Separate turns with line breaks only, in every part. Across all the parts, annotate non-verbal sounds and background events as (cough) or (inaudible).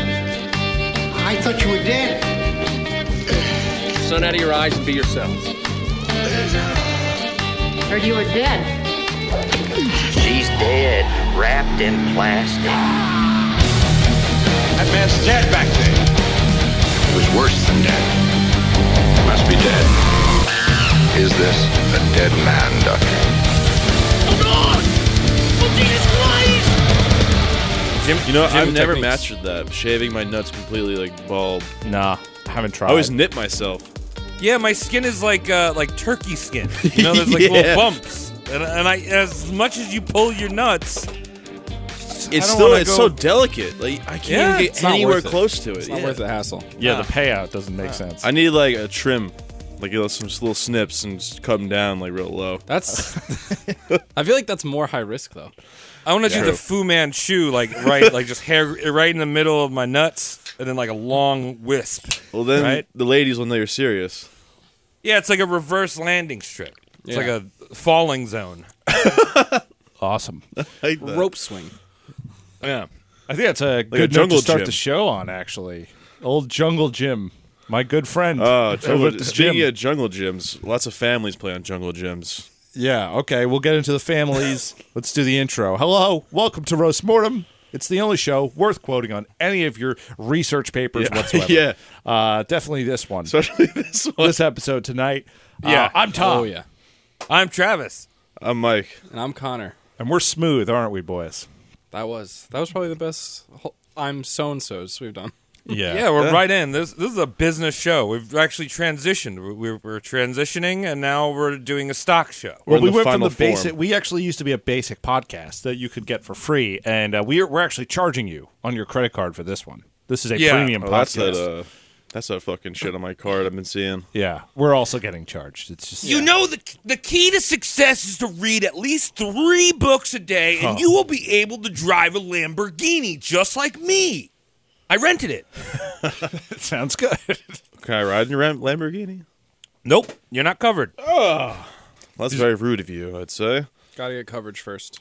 I thought you were dead.
Sun out of your eyes and be yourselves.
Heard you were dead.
She's dead, wrapped in plastic.
That man's dead back there. It was worse than dead. Must be dead. Is this a dead man, Doctor?
Jim, you know, I've never
techniques.
mastered that. Shaving my nuts completely like bald.
Nah, I haven't tried.
I always nip myself.
yeah, my skin is like uh, like turkey skin. You know,
(laughs)
there's like
Yeah.
little bumps, and, and I as much as you pull your nuts,
It's
don't
still
wanna
it's
go-
so delicate. Like I can't
Yeah,
even get
it's
not
anywhere
worth it.
close to it.
It's not
yeah.
worth the hassle.
yeah, the payout doesn't make sense.
I need like a trim, like you know, some little snips and just cut them down like real low.
That's. I feel like that's more high risk though.
I want to do the Fu Manchu, like right, like just hair right in the middle of my nuts, and then like a long wisp.
Well, then
Right.
the ladies will know you're serious.
Yeah, it's like a reverse landing strip. It's like a falling zone.
Awesome.
Like that.
Rope swing.
Yeah.
I think that's a good
a
note
jungle
to start
gym.
the show on. Actually, old jungle Jim, my good friend.
Oh,
over
jungle,
at the
speaking
gym.
of jungle gyms, lots of families play on jungle gyms.
Yeah, okay, we'll get into the
(laughs)
families. Let's do the intro. Hello, welcome to Roast Mortem. It's the only show worth quoting on any of your research papers
Yeah.
whatsoever.
Yeah.
Uh, definitely this one.
Especially this one.
this episode tonight. Uh,
Yeah.
I'm Tom.
Oh yeah.
I'm Travis.
I'm Mike.
And I'm Connor.
And we're smooth, aren't we, boys?
That was that was probably the best. whole- I'm so and so's we've done.
Yeah, we're right in. This this is a business show. We've actually transitioned. We- We're, we're transitioning, and now we're doing a stock show.
We're
Well,
in
we
the
went from
final
the
form.
basic. We actually used to be a basic podcast that you could get for free, and uh, we're we're actually charging you on your credit card for this one. This is a
Yeah.
premium
Oh, that's
podcast.
that. Uh, that's that fucking shit on my card I've been seeing.
yeah, we're also getting charged. It's just
You know the the key to success is to read at least three books a day, and you will be able to drive a Lamborghini just like me. I rented it.
it sounds
(laughs)
good.
Can I ride in your Ram- Lamborghini?
Nope, you're not covered,
Well, that's very rude of you, I'd say.
Got to get coverage first.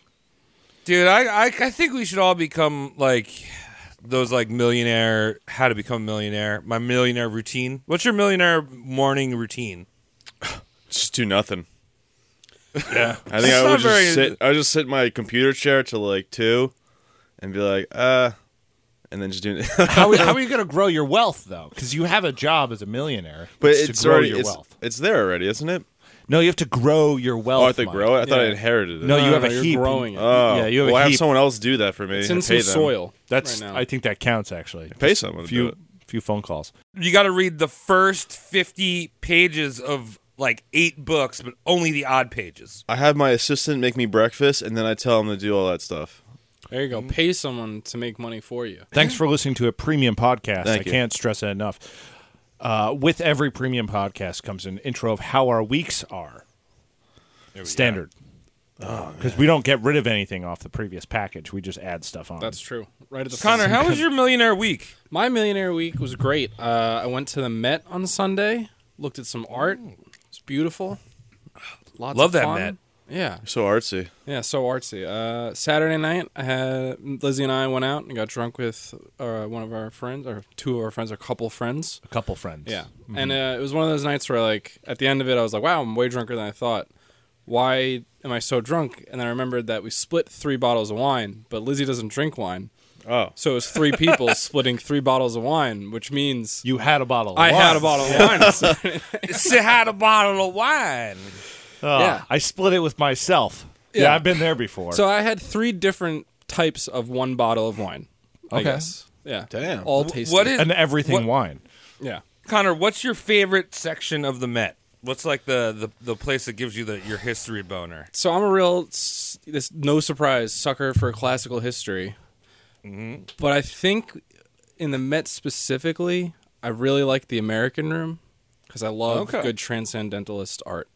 dude. I, I I think we should all become like those like millionaire. How to become a millionaire? My millionaire routine. What's your millionaire morning routine?
Just do nothing.
Yeah,
I think
It's
I
not
would just
very-
sit. I would just sit in my computer chair till like two, and be like, uh, and then just do. (laughs)
how, how are you going to grow your wealth though? Because you have a job as a millionaire,
but
It's
it's
to grow
already
your
it's,
wealth.
it's there already, isn't it?
No, you have to grow your wealth.
Oh, I have to
Mike.
grow it. I thought I
Yeah.
inherited it.
No, you have a
Uh, you're
heap.
growing it.
Oh,
yeah, you have a
well, I have
heap.
someone else do that for me.
it's
and
in some
pay them.
soil.
That's.
right now.
I think that counts actually.
Pay someone. to do
Few
it.
few phone calls.
you got to read the first 50 pages of like eight books, but only the odd pages.
I have my assistant make me breakfast, and then I tell him to do all that stuff.
There you go.
Mm-hmm.
Pay someone to make money for you.
Thanks for listening to a premium podcast.
Thank
I
you.
can't stress that enough. Uh, with every premium podcast comes an intro of how our weeks are. Standard. Because we don't get rid of anything off the previous package. We just add stuff on.
That's true. Right at the
Connor,
front.
how was your millionaire week?
My millionaire week was great. Uh, I went to the Met on Sunday. Looked at some art. It's beautiful. Lots
Love
of
that
fun.
Met.
Yeah,
So artsy.
yeah. So artsy. Uh, Saturday night, I had Lizzie and I went out and got drunk with uh, one of our friends, or two of our friends, or couple friends.
a couple friends. Mm-hmm.
Yeah, and uh, it was one of those nights where, like, at the end of it, I was like, "Wow, I'm way drunker than I thought. Why am I so drunk?" And then I remembered that we split three bottles of wine, but Lizzie doesn't drink wine,
Oh,
so it was three people (laughs) splitting three bottles of wine, which means
You had a bottle of
I
wine.
had
(laughs)
a bottle of wine. So-
She had a bottle of wine.
Uh,
yeah.
I split it with myself. Yeah,
Yeah.
I've been there before.
So I had three different types of one bottle of wine. I
Okay.
guess. Yeah.
Damn.
All tasty.
What is
and everything
what-
wine.
Yeah.
Connor? What's your favorite section of the Met? What's like the the, the place that gives you the your history boner?
So I'm a real s- this no surprise sucker for classical history.
Mm-hmm.
But I think in the Met specifically, I really like the American Room because I love
Okay.
good transcendentalist art.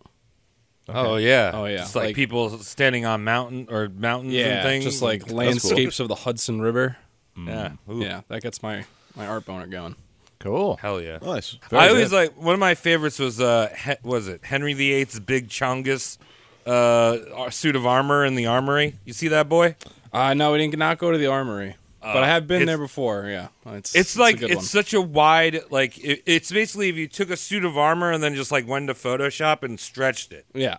Oh yeah,
Oh, yeah.
Just like,
Like-
people standing on mountain or mountains and things,
just like
And-
landscapes of the Hudson River.
Mm.
mm, yeah, Ooh,
Yeah, that gets my my art boner going.
Cool.
hell yeah.
nice.
I always like one of my favorites was uh he, was it Henry VIII's big Chongus uh ar- suit of armor in the armory. You see that boy?
Uh no, we didn't not go to the armory. but I have been
it's-
there before. Yeah, it's
It's like
a good
it's such a wide like it, it's basically if you took a suit of armor and then just like went to Photoshop and stretched it. (laughs)
one. yeah.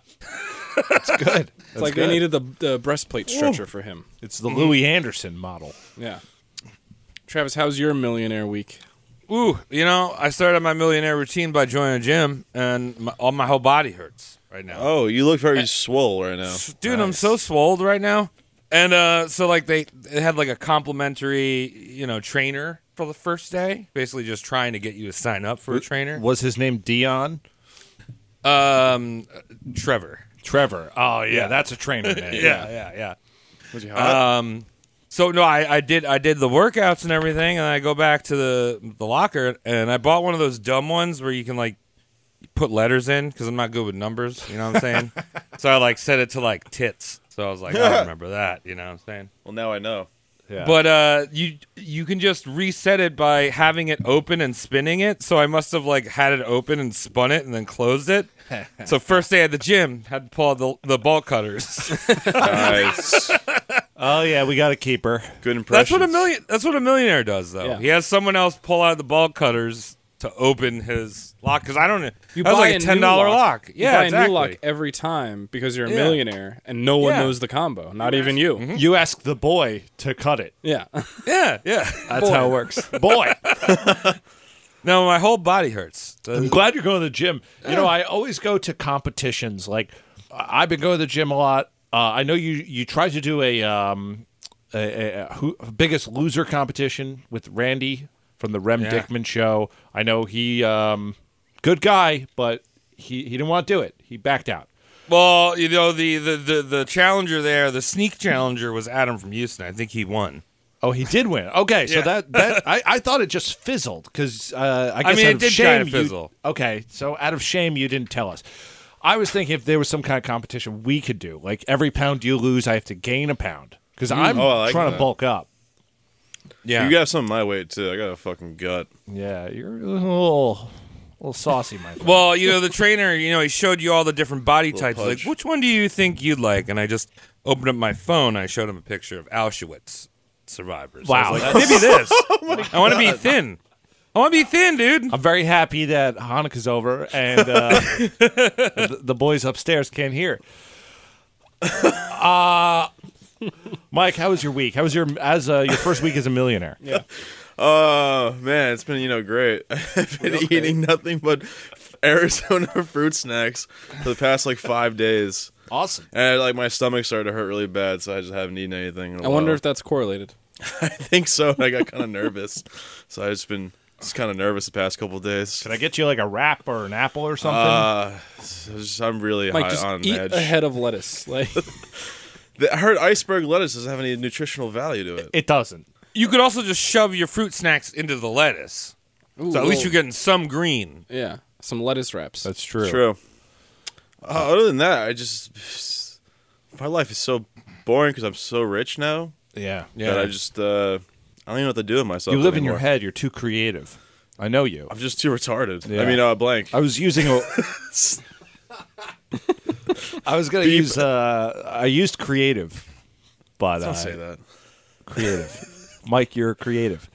It's good.
It's like they needed the, the breastplate stretcher for him.
It's the Louis Anderson model.
Yeah. Travis, how's your millionaire week?
Ooh, you know, I started my millionaire routine by joining a gym, and my, all my whole body hurts right now.
Oh, you look very swole right now.
Eh, dude, I'm so swolled right now. And uh, so like they, they had like a complimentary, you know, trainer for the first day, basically just trying to get you to sign up for a trainer.
Was his name Dion?
Um, Trevor.
Trevor. Oh yeah, that's a trainer name.
(laughs) Yeah, yeah, yeah. Um, so no, I, I did I did the workouts and everything, and I go back to the the locker, and I bought one of those dumb ones where you can like put letters in because I'm not good with numbers. You know what I'm saying?
(laughs)
so I like set it to like tits. So I was like, I remember that. You know what I'm saying?
Well, now I
(laughs)
know.
Yeah.
But uh, you you can just reset it by having it open and spinning it. So I must have like had it open and spun it and then
(laughs)
closed it. so first day at the gym, had to pull out the the ball cutters.
Nice.
oh yeah, we got a keeper.
Good impression.
That's what a million. That's what a millionaire does, though.
Yeah.
He has someone else pull out the ball cutters to open his lock. Because I don't know.
You
that was like a
new
ten dollar lock.
You
Yeah,
buy
exactly.
a new lock every time because you're a
Yeah.
millionaire and no one
Yeah. Mm-hmm.
knows the combo, not even you.
You ask the boy to cut it.
Yeah.
Yeah, yeah.
That's how it
(laughs)
works. (laughs) Boy.
no, my whole body hurts.
I'm glad you're going to the gym. You know, I always go to competitions. Like I- I've been going to the gym a lot. Uh, I know you you tried to do a um a, a- a who, biggest loser competition with Randy from the Rem
Yeah.
Dickman show. I know he um good guy, but he he didn't want to do it. He backed out.
Well, you know the, the the the challenger there, the sneak challenger was Adam from Houston. I think he won.
Oh, he did win. Okay, so
Yeah.
that that I, I thought it just fizzled because uh, I guess
mean, it
out of
did
shame
kinda
you-
fizzle.
okay, so out of shame you didn't tell us. I was thinking if there was some kind of competition we could do, like every pound you lose, I have to gain a pound because I'm
Oh, I like
trying to
that.
bulk up.
Yeah.
You got some of my weight too. I got a fucking gut.
Yeah, you're a little, little saucy, my friend.
well, you know the trainer. You know he showed you all the different body types. Like,
pudge.
which one do you think you'd like? And I just opened up my phone. I showed him a picture of Auschwitz survivors. I
Wow, Oh (laughs)
was like, give me this. I want to be thin. I want to be thin, dude.
I'm very happy that Hanukkah's over and uh, the, the boys upstairs can't hear. Uh, Mike, how was your week? How was your as uh, your first week as a millionaire?
Oh man, it's been you know great. (laughs) I've been eating nothing but Arizona (laughs) fruit snacks for the past like five days,
Awesome.
and like my stomach started to hurt really bad, so I just haven't eaten anything. In a
I wonder
while.
if that's correlated.
I think so. And I got kind of nervous, (laughs) so I've just been just kind of nervous the past couple days.
Can I get you like a wrap or an apple or something?
Uh, so just- I'm really
Mike,
high
just
on
eat
edge.
a head of lettuce. Like,
The- I heard iceberg lettuce doesn't have any nutritional value to it.
it doesn't.
You could also just shove your fruit snacks into the lettuce. so at least you're getting some green.
yeah, some lettuce wraps.
That's true.
True. Uh, other than that, I just my life is so boring because I'm so rich now.
Yeah.
that I just uh, I don't even know what to do with myself.
You live in your
anymore.
head. You're too creative. I know you.
I'm just too retarded.
Yeah.
I mean, uh, blank.
I was using a. I was gonna use. Uh, I used creative, but uh,
Don't say that.
creative. Mike, you're creative.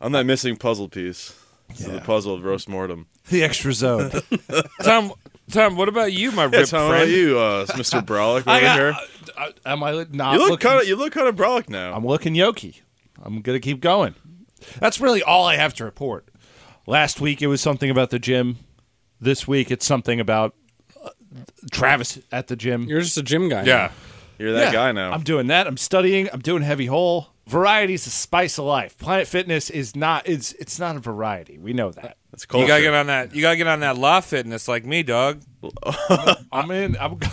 I'm that missing puzzle piece. This is the puzzle of roast mortem.
The extra zone.
(laughs) Tom, Tom, what about you, my
Yeah,
rip
Tom, how are
friend?
you, uh,
(laughs)
Mr. Brolic over here?
am I not
You look
looking?
kind of you look kind of Brolic now.
I'm looking yoki. I'm gonna keep going. That's really all I have to report. Last week it was something about the gym. This week it's something about uh, Travis at the gym.
You're just a gym guy.
Yeah.
You're that
Yeah,
guy now.
I'm doing that. I'm studying. I'm doing heavy hole. Variety is the spice of life. Planet Fitness is not. It's it's not a variety. We know that.
That's
You
culture.
gotta get on that. You gotta get on that law fitness like me, dog.
I'm in. I'm going.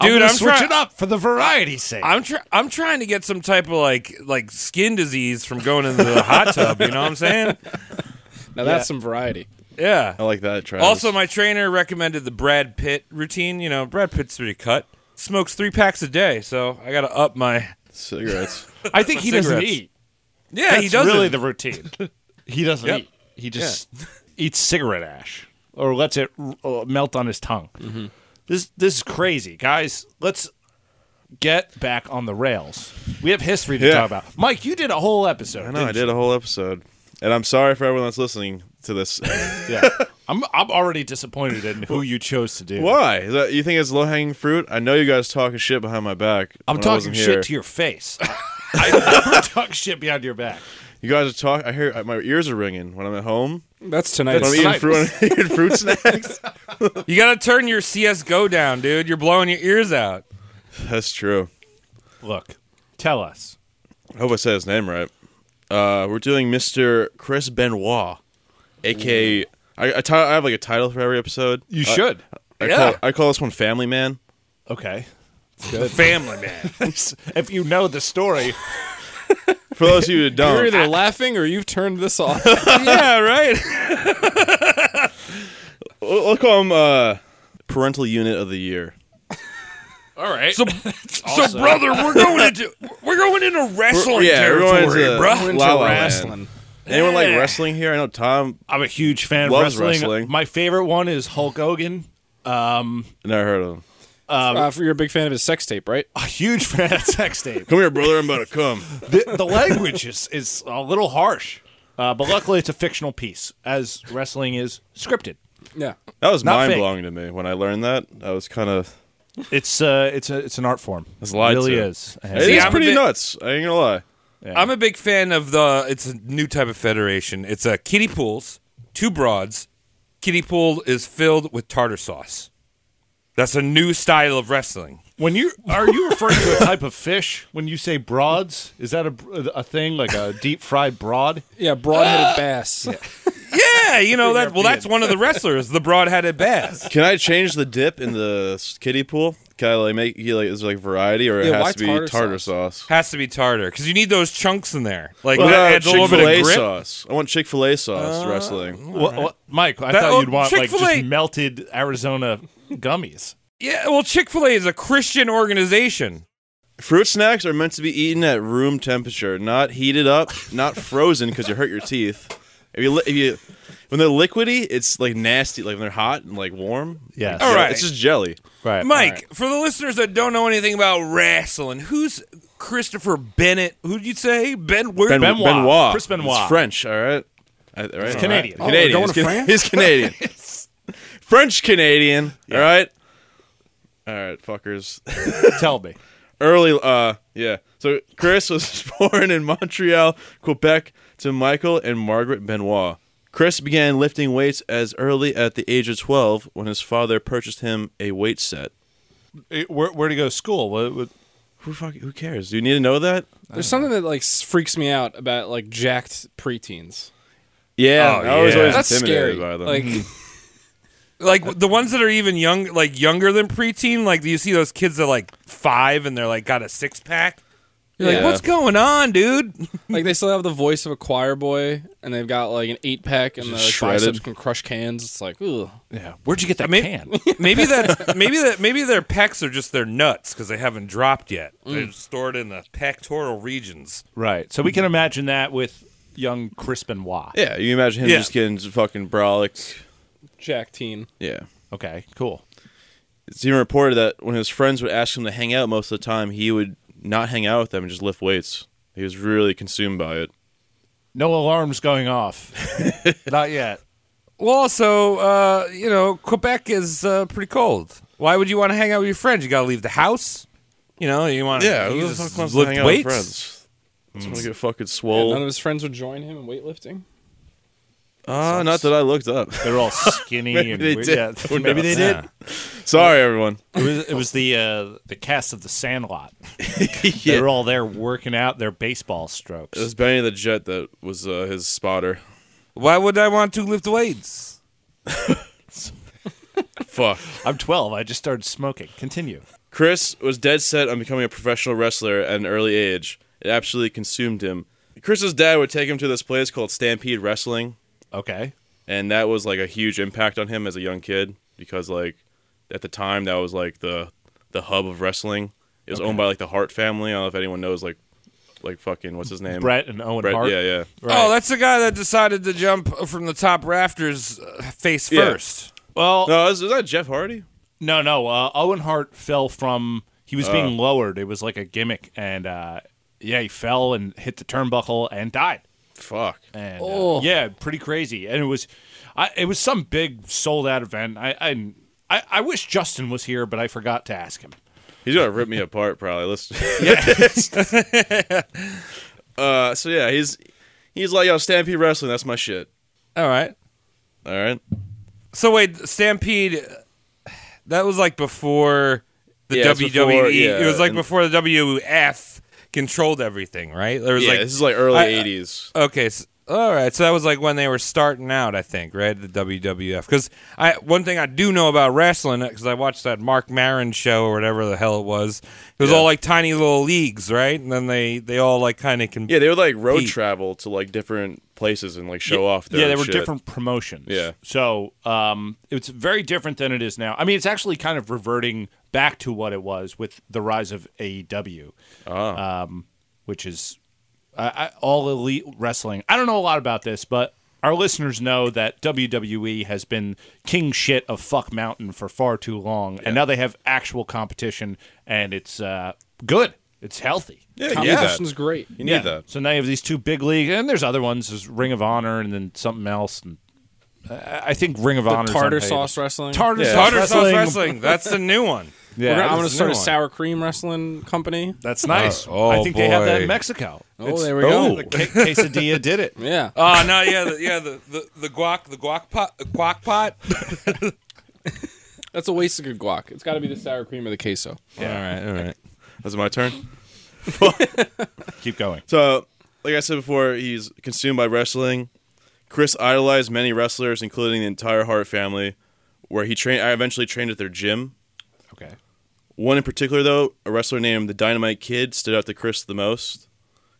Dude,
gonna
I'm
switch
try-
it up for the variety's sake.
I'm try- I'm trying to get some type of like like skin disease from going into the hot tub. You know what I'm saying?
Now that's some variety.
Yeah.
I like that. Travis.
Also, my trainer recommended the Brad Pitt routine. You know, Brad Pitt's pretty cut. Smokes three packs a day, so I gotta up my.
(laughs)
cigarettes.
I think he doesn't
cigarettes.
eat.
Yeah,
That's
he doesn't.
really the routine. he doesn't
Yep.
eat. He just eats cigarette ash or lets it r- uh, melt on his tongue. This this is crazy, guys. Let's get back on the rails. We have history to
Yeah.
talk about. Mike, you did a whole episode.
I know I
didn't
did a whole episode, and I'm sorry for everyone that's listening to this. (laughs)
you? Yeah. I'm I'm already disappointed in who you chose to do.
Why? Is that, you think it's low hanging fruit? I know you guys talking shit behind my back.
I'm
when I
talking
wasn't
shit
here.
to your
(laughs)
face. I (laughs) never talk shit behind your back.
You guys are talking. I hear my ears are ringing when I'm at home.
That's tonight.
When I'm eating fruit, (laughs) when I'm eating
(laughs)
fruit snacks.
You gotta turn your CS:GO down, dude. You're blowing your ears out.
That's true.
Look, tell us.
I hope I said his name right. Uh, we're doing Mr. Chris Benoit, aka I I ti- I have like a title for every episode.
You
I-
should.
I,
Uh, Yeah.
call, I call this one Family Man.
Okay.
The family man.
(laughs) if you know the story,
For those of you who
You're
don't,
either laughing or you've turned this off.
yeah, right.
we'll we'll call him uh, Parental Unit of the Year.
All
(laughs)
right. So, so brother, we're going into we're going into wrestling
yeah, we're going
territory,
into-
bruh.
We're
into
La La Land.
wrestling.
Anyone like
Yeah.
wrestling here? I know Tom
I'm a huge fan of
Loves
wrestling.
wrestling.
My favorite one is Hulk Hogan.
never heard of him.
Uh, you're a big fan of his sex tape, right?
A huge fan of sex tape.
Come here, brother. I'm about to come.
the, the language is, is a little harsh, uh, but luckily it's a fictional piece, as wrestling is scripted.
Yeah.
That was
Not
mind
fake.
blowing to me when I learned that. I was kind of.
It's uh, it's a it's an art form.
It's lied
it really
to.
is. And-
It is
See, I'm a
pretty
bit-
nuts. I ain't gonna lie.
I'm a big fan of the. It's a new type of federation. It's a kiddie pools, two broads. Kiddie pool is filled with tartar sauce. That's a new style of wrestling.
When you are you referring to a type of fish when you say broads? Is that a a thing like a deep fried broad?
Yeah, broad-headed
(laughs)
bass.
Yeah, you know that. Well, that's one of the wrestlers, the broad-headed bass.
Can I change the dip in the s- kiddie pool? Can I like make you like is there like variety or it
Yeah, why
has to be
tartar
tartar,
sauce?
sauce?
Has to be tartar because you need those chunks in there. Like
What
uh,
that
about
adds a little bit
Chick-fil-A
of grip.
sauce? I want Chick Fil A sauce wrestling.
Well, well, Mike, I
That-
thought
oh,
you'd want like
Chick-fil-A.
just melted Arizona gummies.
Yeah, well, Chick Fil A is a Christian organization.
Fruit snacks are meant to be eaten at room temperature, not heated up, not frozen because you hurt your teeth. If you li- if you when they're liquidy, it's like nasty. Like when they're hot and like warm.
Yes.
Like,
All
yeah,
right.
it's just jelly.
Right,
Mike, for the listeners that don't know anything about wrestling, who's Christopher Bennett? Who'd you say? Ben where
Ben,
Benoit.
Benoit.
Chris Benoit.
It's French, all right? I- all right? He's
Canadian. Oh,
Canadian.
we're going
he's,
to
Ca-
France?
(laughs) he's
(laughs)
Canadian. French Canadian, all right? All right, fuckers.
Tell me.
(laughs) Early, uh, yeah. So Chris was (laughs) born in Montreal, Quebec, to Michael and Margaret Benoit. Chris began lifting weights as early at the age of 12 when his father purchased him a weight set.
It- where where to go to school? What, what,
Who fuck, who cares? Do you need to know that?
There's something that like s- freaks me out about like jacked preteens.
Yeah,
Oh,
I was
yeah.
always
That's
intimidated
scary.
by them. Hmm.
Like,
like the ones that are even young, like younger than preteen. Like you see those kids that are like five and they're like got a six pack. You're like,
Yeah.
what's going on, dude?
like they still have the voice of a choir boy, and they've got like an eight pack, and the like,
shredded.
biceps can crush cans. It's like, ooh,
yeah. Where'd you get that
mean-
can?
(laughs) Maybe that, maybe that, maybe their pecs are just their nuts because they haven't dropped yet. They're stored in the pectoral regions.
right. So we can imagine that with young Chris Benoit.
yeah, you imagine him
Yeah.
just getting fucking brolic.
jack teen.
Yeah.
Okay. Cool.
It's even reported that when his friends would ask him to hang out most of the time, he would not hang out with them and just lift weights. He was really consumed by it.
No alarms going off. Not yet.
Well, also, uh, you know, Quebec is uh, pretty cold. Why would you want to hang out with your friends? You got to leave the house. You know, you want you just lift weights.
friends?
Hmm.
Just want to get fucking
And none of
swole.
his friends would join him in weightlifting.
Ah, not that I looked up.
They're
(laughs)
all skinny. and
they
weird.
did.
Yeah.
(laughs) Who knows?
did.
Sorry, everyone.
It was it was the uh, the cast of The
(laughs)
Sandlot. They're all there working out their baseball strokes.
It was Benny the Jet that was uh, his spotter.
Why would I want to lift weights?
Fuck.
I'm 12. I just started smoking. Continue.
Chris was dead set on becoming a professional wrestler at an early age. It absolutely consumed him. Chris's dad would take him to this place called Stampede Wrestling.
Okay.
and that was like a huge impact on him as a young kid because like at the time that was like the the hub of wrestling. It was owned by like the Hart family. I don't know if anyone knows like like fucking what's his name
Brett and Owen
Brett-
Hart.
Yeah, yeah.
Oh, that's the guy that decided to jump from the top rafters uh, face
Yeah.
first.
Well,
No, is, is that Jeff Hardy?
no, no. Uh, Owen Hart fell from He was being lowered. It was like a gimmick, and uh, yeah, he fell and hit the turnbuckle and died.
Fuck.
And uh,
Oh.
yeah, pretty crazy. And it was, I, it was some big sold out event. I, I, I, I wish Justin was here, but I forgot to ask him.
He's gonna rip me apart, probably. Let's. (laughs) uh, so yeah, he's he's like, yo, Stampede Wrestling, that's my shit.
All right.
All right.
So wait, Stampede. That was like before the
Yeah, it's
WWE.
before- yeah,
it was like
and-
before the WF controlled everything, right? There was
Yeah,
like
this is like early
I-
'80s.
Okay, so, all right. So that was like when they were starting out, I think, right? The WWF. Because I one thing I do know about wrestling because I watched that Mark Maron show or whatever the hell it was. It was all like tiny little leagues, right? And then they they all like kind of can.
Yeah, they would like road
Pete.
travel to like different places and like show off. Their
yeah, there were
shit.
different promotions.
Yeah.
So um, it's very different than it is now. I mean, it's actually kind of reverting back to what it was with the rise of AEW, um, which is uh, I, all elite wrestling. I don't know a lot about this, but our listeners know that WWE has been king shit of fuck mountain for far too long, and now they have actual competition, and it's uh, good. It's healthy.
Yeah, you need that.
Competition's great.
You need that.
So now you have these two big leagues, and there's other ones, there's Ring of Honor, and then something else. And I I think Ring of
The
Honor.
tartar sauce wrestling.
Tartar
Yeah.
sauce
Tartar sauce
wrestling.
wrestling. That's the new
(laughs)
one.
Yeah,
We're gonna- I'm
that's
going
the
to start
new
a
one.
sour cream wrestling company.
That's nice.
Oh,
I think they have that
boy.
in Mexico.
Oh, there we go.
The que- quesadilla did it.
Yeah.
Oh no, yeah, the, yeah, the, the the guac, the guac pot, uh, guac pot.
That's a waste of good guac. It's got to be the sour cream or the queso.
All right, all
(laughs)
right.
That's my turn.
Keep going.
So, like I said before, he's consumed by wrestling. Chris idolized many wrestlers, including the entire Hart family, where he trained. I eventually trained at their gym.
Okay.
One in particular, though, a wrestler named the Dynamite Kid stood out to Chris the most.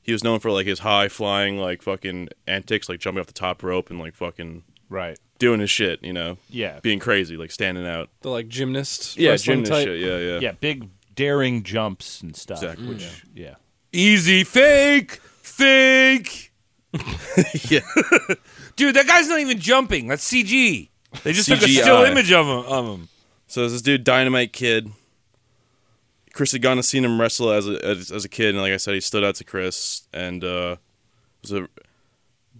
He was known for like his high flying, like fucking antics, like jumping off the top rope and like fucking
Right.
doing his shit, you know?
Yeah.
Being crazy, like standing out.
The like gymnast.
Yeah,
wrestling
gymnast
type.
shit. Yeah, yeah.
Yeah. Big daring jumps and stuff.
Exactly.
Which, yeah.
Easy fake,
(laughs)
fake.
Yeah.
Dude, that guy's not even jumping. That's CG. They just took a still
CGI.
image of him. Of him.
So there's this dude, Dynamite Kid. Chris had gone and seen him wrestle as a, as, as a kid, and like I said, he stood out to Chris and uh, was a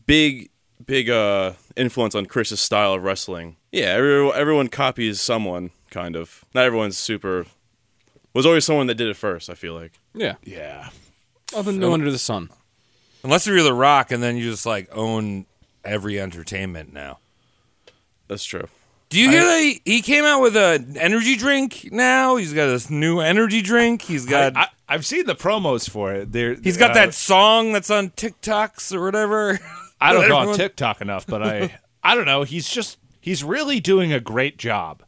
big, big uh, influence on Chris's style of wrestling. Yeah, every, everyone copies someone, kind of. Not everyone's super. Was always someone that did it first. I feel like.
Yeah.
Yeah.
Up and no under the sun.
Unless you're the Rock, and then you just like own every entertainment now.
That's true.
Do you hear that he, he came out with an energy drink now? He's got this new energy drink. He's got
I, I, have seen the promos for it. There.
he's got
uh,
that song that's on TikToks or whatever. (laughs)
I don't go on
Everyone-
TikTok enough, but
(laughs)
I I don't know. He's just he's really doing a great job.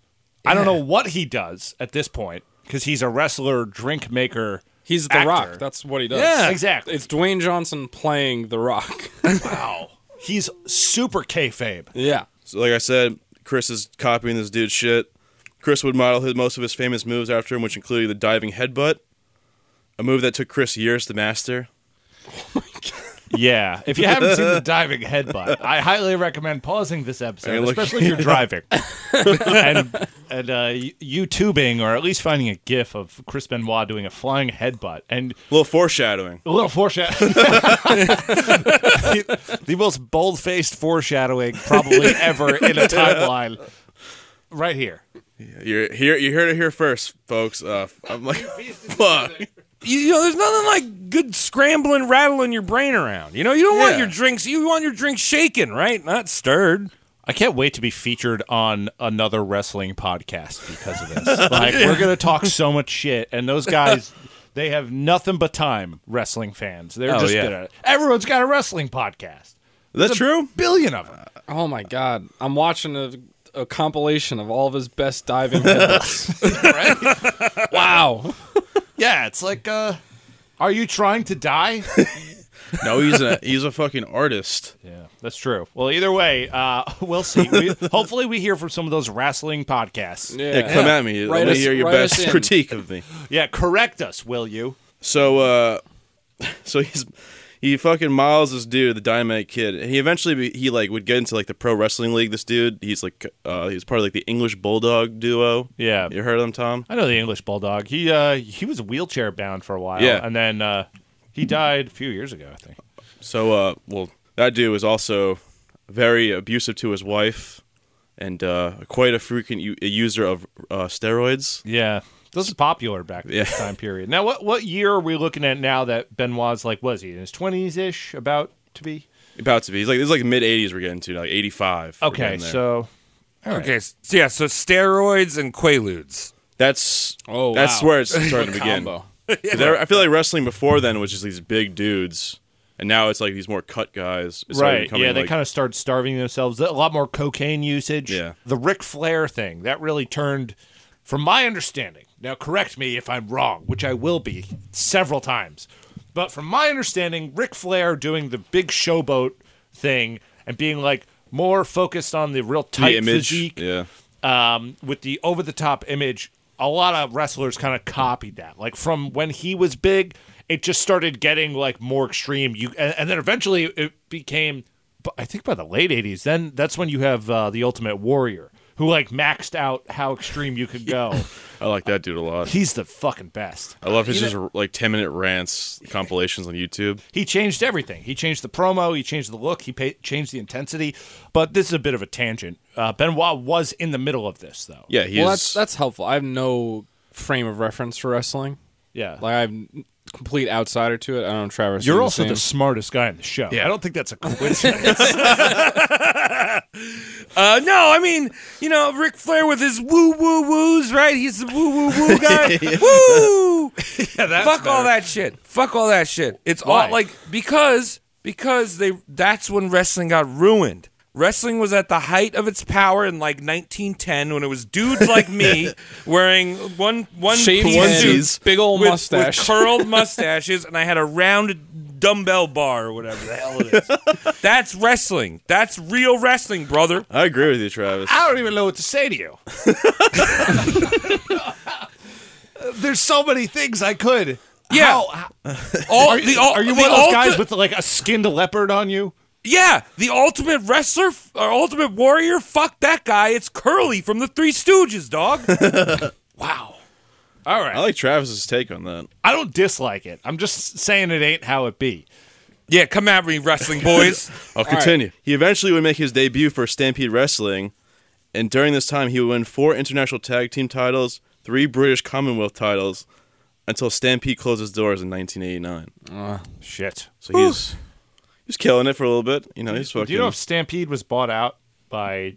I don't know what he does at this point because he's a wrestler, drink maker.
He's the
actor.
Rock. That's what he does.
Yeah, exactly.
It's Dwayne Johnson playing the Rock.
wow. He's super kayfabe.
yeah.
So like I said, Chris is copying this dude's shit. Chris would model his, most of his famous moves after him, which included the diving headbutt, a move that took Chris years to master.
Yeah. If you haven't seen
(laughs)
the diving headbutt, I highly recommend pausing this
Hey,
episode,
look-
especially
(laughs)
if you're driving and and uh, YouTubing or at least finding a GIF of Chris Benoit doing a flying headbutt and
A little foreshadowing.
A little foreshadowing. (laughs) the, the most bold faced foreshadowing (laughs) probably ever in a timeline. Right here.
You're here. You heard it here first, folks. Uh, I'm like, (laughs) fuck.
you, you know, there's nothing like good scrambling, rattling your brain around. You know, you don't want
Yeah.
your drinks. You want your drink shaken, right? Not stirred.
I can't wait to be featured on another wrestling podcast because (laughs) of this. Like, we're going to talk so much shit, and those guys. They have nothing but time, wrestling fans. They're
Oh,
just
yeah.
good at it. Everyone's got a wrestling podcast.
Is that true?
Billion of them.
Oh my God. I'm watching a, a compilation of all of his best diving
(laughs)
headbutts. wow.
Yeah, it's like, uh, are you trying to die?
No, he's a he's a fucking artist.
Yeah, that's true. Well, either way, uh, (laughs) we'll see. We, hopefully, we hear from some of those wrestling podcasts.
Yeah, come at me.
Write
Let
us-
me hear your
write us
best
in.
critique of me.
Yeah, correct us, will you?
(laughs) So, uh, so he's he fucking miles this dude, the Dynamite Kid. And he eventually be, he like would get into like the pro wrestling league. This dude, he's like uh, he's part of like the English Bulldog duo.
Yeah.
you heard of them, Tom?
I know the English bulldog. He uh, he was wheelchair bound for a while.
Yeah.
and then uh, he died a few years ago, I think.
So, uh, well, that dude was also very abusive to his wife, and uh, quite a frequent u- user of uh, steroids.
Yeah, this is popular back at
Yeah.
this time period. Now, what what year are we looking at now that Benoit's like was he in his twenties ish, about to be?
About to be, he's like this is like mid '80s we're getting to, like '85. We're
Okay,
getting there.
so
Okay, s- so yeah, so steroids and quaaludes.
that's
Oh,
that's
wow.
where it's starting to
What
begin.
combo.
'Cause I I feel like wrestling before then was just these big dudes, and now it's like these more cut guys. It's starting to
right,
become,
yeah, they
like-
kind of started starving themselves. A lot more cocaine usage.
Yeah.
the Ric Flair thing that really turned, from my understanding. Now, correct me if I'm wrong, which I will be several times. But from my understanding, Ric Flair doing the big showboat thing and being like more focused on the real
the
tight
image.
physique.
Yeah,
um, with the over the top image, a lot of wrestlers kind of copied that. Like from when he was big, it just started getting like more extreme. You and, and then eventually it became, but I think by the late '80s, then that's when you have uh, the Ultimate Warrior, who like maxed out how extreme you could go.
I like that dude a lot.
He's the fucking best.
I love his just like ten minute rants compilations on YouTube.
He changed everything. He changed the promo. He changed the look. He pa changed the intensity. But this is a bit of a tangent. Uh, Benoit was in the middle of this, though.
Yeah, he
Well,
is.
that's that's helpful. I have no frame of reference for wrestling.
yeah.
Like I'm complete outsider to it. I don't know Travis.
You're
you're
also
the
the
same.
smartest guy in the show. I don't think that's a coincidence.
Uh, no, I mean, you know, Ric Flair with his woo woo woos, right? He's the woo woo woo guy. Woo! Fuck all that shit. Fuck all that shit. It's
Why?
all like because because they that's when wrestling got ruined. Wrestling was at the height of its power in like 1910 when it was dudes
(laughs)
like me wearing one one
Shaved
piece
head,
suits
big ol'
with-
mustache.
(laughs)
with curled mustaches, and I had a round dumbbell bar or whatever the hell it is. That's wrestling. That's real wrestling, brother.
I agree with you, Travis.
I don't even know what to say to you. There's so many things I could.
Yeah. all, the, all,
Are you
the
one of those
ulti-
guys with like a skinned leopard on you?
Yeah, the ultimate wrestler f- or ultimate warrior. Fuck that guy. It's Curly from the Three Stooges, (laughs) dog. wow. All right.
I like Travis's take on that.
I don't dislike it. I'm just saying it ain't how it be.
yeah, come at me, wrestling boys.
I'll continue. He eventually would make his debut for Stampede Wrestling, and during this time, he would win four international tag team titles, three British Commonwealth titles, until Stampede closed its doors in 1989.
Shit.
So he's he's killing it for a little bit. You know, he's fucking.
Do you know if Stampede was bought out by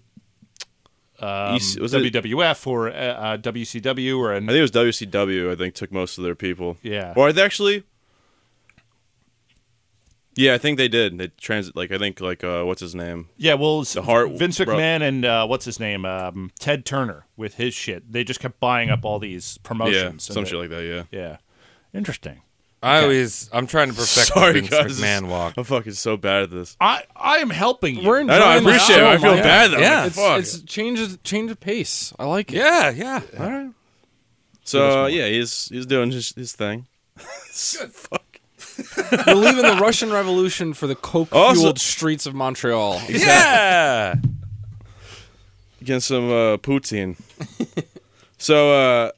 he's-
um,
was it-
WWF or uh, uh, WCW or
I think it was WCW. I think took most of their people.
Yeah.
Or they actually. Yeah, I think they did. They transit like I think like uh, what's his name?
Yeah, well,
The Hart-
Vince
bro-
McMahon and uh, what's his name, um, Ted Turner, with his shit. They just kept buying up all these promotions.
Yeah,
and
some
they-
shit like that. Yeah.
Yeah, interesting.
I always. I'm trying to perfect
Sorry,
the Vince
guys.
McMahon walk.
I'm fucking so bad at this.
I I am helping you.
We're
I know. I
enjoying the
appreciate it. I
show,
feel
man.
bad though.
Yeah.
Like, fuck.
It's changes change of pace. I like it.
Yeah, yeah.
So uh, yeah, he's he's doing his, his thing. Fuck.
We're leaving the Russian Revolution for the coke fueled
Also-
streets of Montreal.
Yeah.
Getting some uh, poutine. (laughs) so uh,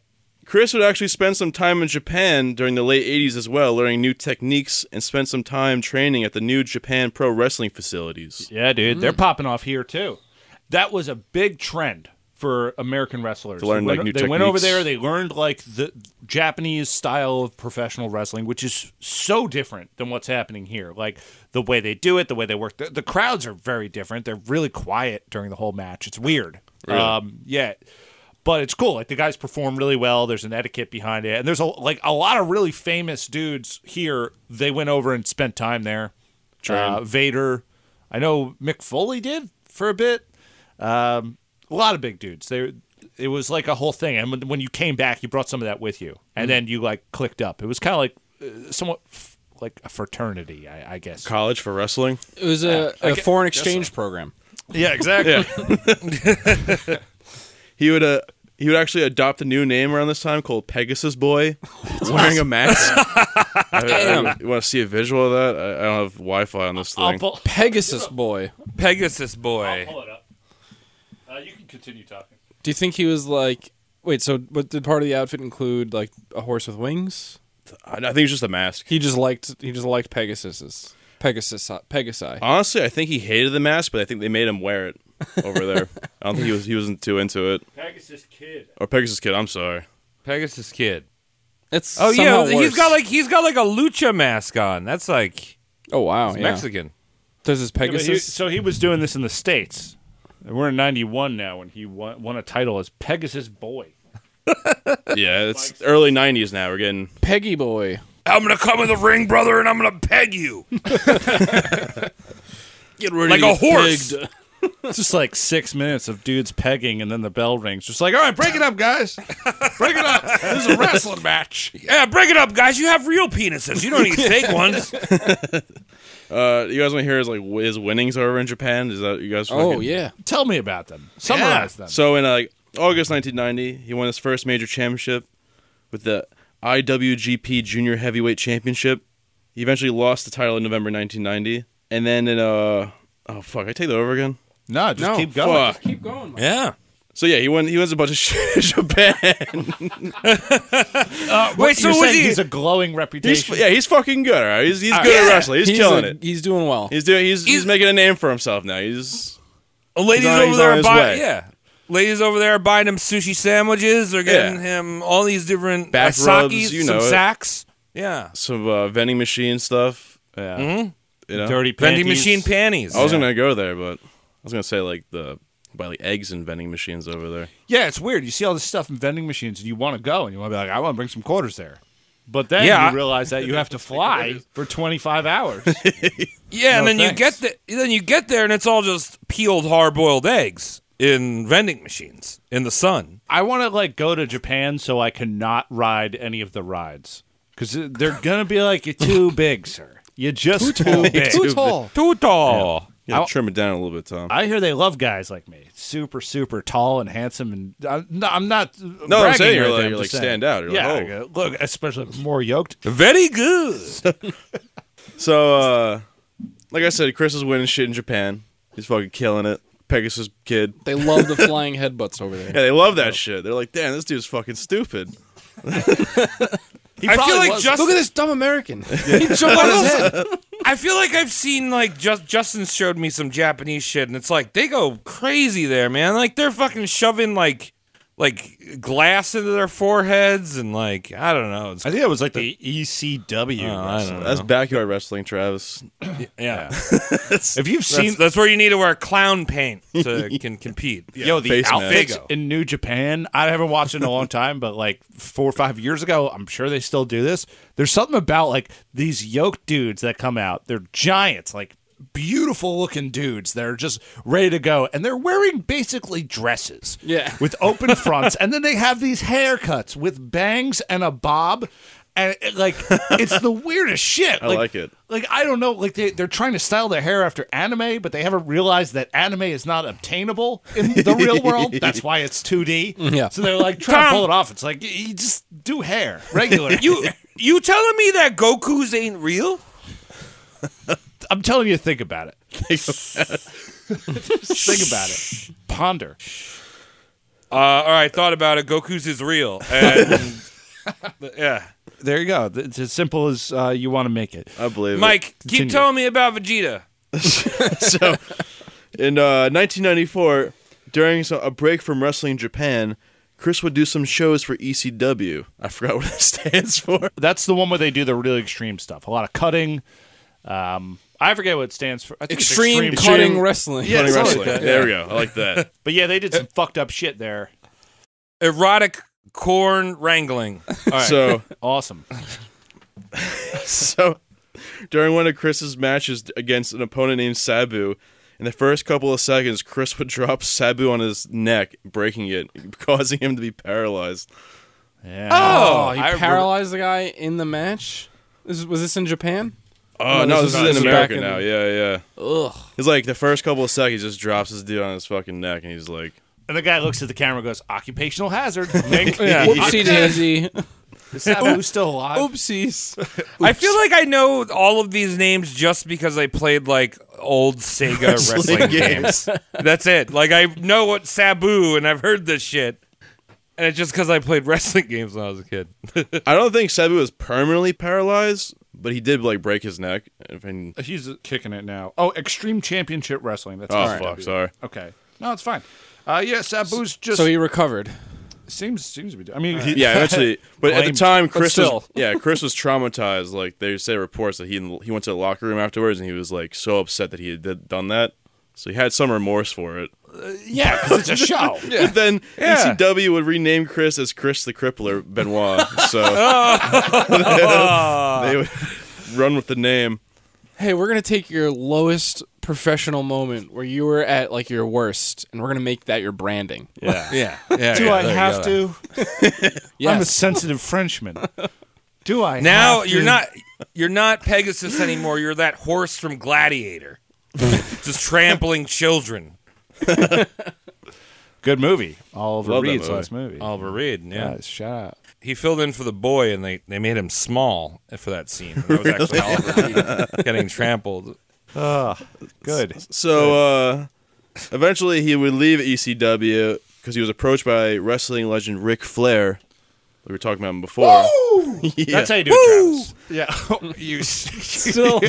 Chris would actually spend some time in Japan during the late '80s as well, learning new techniques and spent some time training at the New Japan Pro Wrestling facilities.
Yeah, dude,
Mm.
they're popping off here too. That was a big trend for American wrestlers.
To learn,
they went,
like, new
they went over
techniques.
there. They learned like the Japanese style of professional wrestling, which is so different than what's happening here. Like the way they do it, the way they work. The, the crowds are very different. They're really quiet during the whole match. It's weird. Um, yeah. But it's cool. Like the guys perform really well. There's an etiquette behind it, and there's a like a lot of really famous dudes here. They went over and spent time there. Uh, Vader. I know Mick Foley did for a bit. Um, a lot of big dudes. They it was like a whole thing. And when, when you came back, you brought some of that with you, and then you like clicked up. It was kind of like uh, somewhat f- like a fraternity, I, I guess.
College for wrestling.
It was a, a foreign exchange program.
Yeah, exactly.
(laughs) He would uh,
(laughs)
he would actually adopt a new name around this time called Pegasus Boy, wearing a mask. I, I, you want to see a visual of that? I, I don't have Wi-Fi on this thing.
pull,
Pegasus boy.
Pegasus boy.
pull it up. Uh, you can continue talking.
Do you think he was like? Wait, so but did part of the outfit include like a horse with wings?
I, I think it's just a mask.
He just liked he just liked Pegasus's Pegasus Pegasi.
Honestly, I think he hated the mask, but I think they made him wear it over there. I don't think he was he wasn't too into it.
Pegasus Kid.
Or Pegasus Kid. I'm sorry.
Pegasus kid.
It's
Oh
somehow
yeah, he's
worse.
got like he's got like a lucha mask on. That's like
oh wow
he's
yeah.
Mexican.
Does his
Yeah, but
Pegasus?
he- so he was doing this in the states. And We're in '91 now, and he won, won a title as Pegasus Boy.
Yeah, it's early '90s now. We're getting
Peggy boy.
I'm gonna come in the ring, brother, and I'm gonna peg you
get ready
like a horse.
It's (laughs) just like six minutes of dudes pegging, and then the bell rings. Just like, all right, break it up, guys.
(laughs)
Break it up. This is a wrestling match.
Yeah, break it up, guys. You have real penises. You don't
(laughs)
need fake ones.
Uh, you guys want to hear his like w- his winnings over in Japan? Is that you guys?
Oh
fucking-
yeah.
Tell me about them. Summarize them.
So in uh, like, August 1990, he won his first major championship with the IWGP Junior Heavyweight Championship. He eventually lost the title in November 1990, and then in uh oh fuck, I take that over again.
no, just
No,
keep going.
Fuck.
Keep going.
Yeah.
So yeah, he won. He wins a bunch of (laughs) shit in Japan.
Uh, Wait, so
You're
was
saying
he?
he's a glowing
he's,
reputation.
yeah, he's fucking good. All right, he's, he's good at wrestling. He's, killing
a-
it.
He's doing well.
He's doing. He's, he's
He's-
making a name for himself now. He's
ladies
He's on-
over
he's
there
on
are
his
buying
way.
yeah ladies over there are buying him sushi sandwiches they're getting him all these different
Back
uh,
rubs,
sakis,
you
some
know it.
sacks yeah
some uh, vending machine stuff. Yeah, you know?
Dirty panties.
vending machine panties
I was gonna go there, but I was gonna say like the by like eggs and vending machines over there.
Yeah, it's weird. You see all this stuff in vending machines, and you want to go, and you want to be like, I want to bring some quarters there. But then
Yeah.
you realize that you have to fly for 25 hours.
yeah
No,
and then you
thanks.
get the, then you get there and it's all just peeled hard-boiled eggs in vending machines in the sun
I want to like go to Japan so I cannot ride any of the rides because they're gonna be like you're too big, sir. You're just too, big.
Too tall.
too tall
Yeah, trim it down a little bit, Tom.
I hear they love guys like me, super, super tall and handsome, and I'm not. I'm not
No, I'm saying you're
right
like-
there,
you're
just saying.
like stand out. You're
yeah,
like, oh.
I go, look, especially if I'm more yoked.
(laughs)
very good
so, uh, like I said, Chris is winning shit in Japan. He's fucking killing it. Pegasus kid.
They love the flying headbutts over there.
Yeah, they love that shit. They're like, damn, this dude's fucking stupid.
i feel like
Was-
just
Look at this dumb American. he
(laughs)
jumped on his head.
I feel like I've seen like just Justin showed me some Japanese shit, and it's like they go crazy there, man. Like they're fucking shoving like like glass into their foreheads, and like I don't know. It's,
I think it was like the ECW.
Oh, I don't know.
That's backyard wrestling, Travis. (laughs)
yeah,
If you've seen
that's, that's where you need to wear clown paint
(laughs)
to can compete.
Yo, the
face
outfits
mask.
in New Japan, I haven't watched in a long time, but like four or five years ago, I'm sure they still do this. There's something about like these yoke dudes that come out. They're giants, like beautiful looking dudes that are just ready to go. And they're wearing basically dresses.
Yeah.
(laughs) With open fronts. and then they have these haircuts with bangs and a bob. And it, like it's the weirdest shit.
I like it.
Like I don't know, like they they're trying to style their hair after anime, but they haven't realized that anime is not obtainable in the real world. That's why it's 2D.
Mm, Yeah.
So they're like trying
Tom.
to pull it off. It's like y- you just do hair regular. (laughs)
(laughs) You you telling me that Goku's ain't real?
I'm telling you, think about it. (laughs) Just think about it. Ponder.
Uh, all right, thought about it. Goku's is real,
(laughs)
and yeah.
There you go. It's as simple as uh, you want to make it.
I believe it.
Mike,
Continue.
keep telling me about Vegeta.
so in uh, 1994 during so- a break from wrestling in japan chris would do some shows for ecw i forgot what that (laughs) stands for
That's the one where they do the really extreme stuff. A lot of cutting. Um, I forget what it stands for. I think it's
Extreme, cutting wrestling.
Yeah,
Funny
it's
wrestling.
like that.
there we go i like that
But yeah, they did
Uh,
some fucked up shit there.
Erotic corn wrangling. All right.
so
Awesome.
so during one of chris's matches against an opponent named sabu in the first couple of seconds chris would drop sabu on his neck breaking it (laughs) causing him to be paralyzed
Yeah.
Oh, he
I remember-
paralyzed the guy in the match. This is- was this in Japan?
oh
No,
no
this is-
this,
this
is
is
in
back
america
in-
now yeah yeah
Ugh.
it's like the first couple of seconds he just drops his dude on his fucking neck and he's like
(laughs) And the guy looks at the camera and goes, occupational hazard. Wink.
(laughs) Whoopsie daisy.
Is Sabu still alive?
Oopsies.
I feel like I know all of these names just because I played like old
(laughs)
Sega wrestling, games. That's it. Like I know what Sabu and I've heard this shit, and it's just because I played (laughs) wrestling games when I was a kid.
I don't think Sabu was permanently paralyzed, but he did like break his neck. If
(laughs)
I-
He's kicking it now. Oh, Extreme Championship Wrestling. That's
Oh,
all right.
fuck, sorry.
Okay. No, it's fine. Uh, yeah, Sabu's just
So he recovered.
seems seems to be. I mean,
he- yeah, eventually. But at the
Blame-
time,
but
Chris was,
still.
yeah, Chris was traumatized. Like they say reports that he he went to the locker room afterwards and he was like so upset that he had did, done that. So he had some remorse for it.
yeah, 'cause it's a (laughs) show.
But then
Yeah.
ECW would rename Chris as Chris the Crippler Benoit.
(laughs)
So (laughs) they would run with the name.
Hey, we're gonna take your lowest professional moment where you were at like your worst, and we're gonna make that your branding.
Yeah.
Yeah.
(laughs)
yeah
Do
yeah,
I
there you
have
go.
to? (laughs) I'm a
Yes.
sensitive Frenchman. Do I?
Now
have
you're
to?
not you're not Pegasus anymore. You're that horse
(laughs)
from Gladiator, just trampling children.
Good movie. Oliver
Love that
Reed's
movie.
last movie. Oh,
Oliver Reed, yeah.
Nice, shout out.
He filled in for the boy, and they, they made him small for that scene. And
(laughs)
That was actually Oliver Reed getting trampled.
Good.
So uh, eventually he would leave E ECW because he was approached by wrestling legend Ric Flair. We were talking about him before.
That's how you do it, Travis.
(laughs)
Yeah. you.
Still,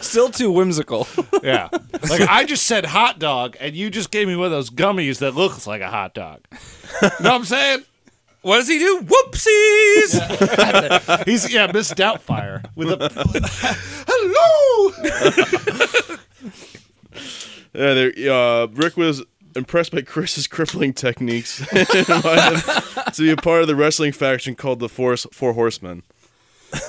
still too whimsical.
(laughs) Yeah. Like I just said hot dog, and you just gave me one of those gummies that looks like a hot dog. You know what I'm saying?
What does he do? Whoopsies!
He's yeah, Miss Doubtfire with a hello.
Yeah, there, uh, Rick was impressed by Chris's (laughs) crippling techniques (laughs) and invited him to be a part of the wrestling faction called the Force Four Horsemen. (laughs)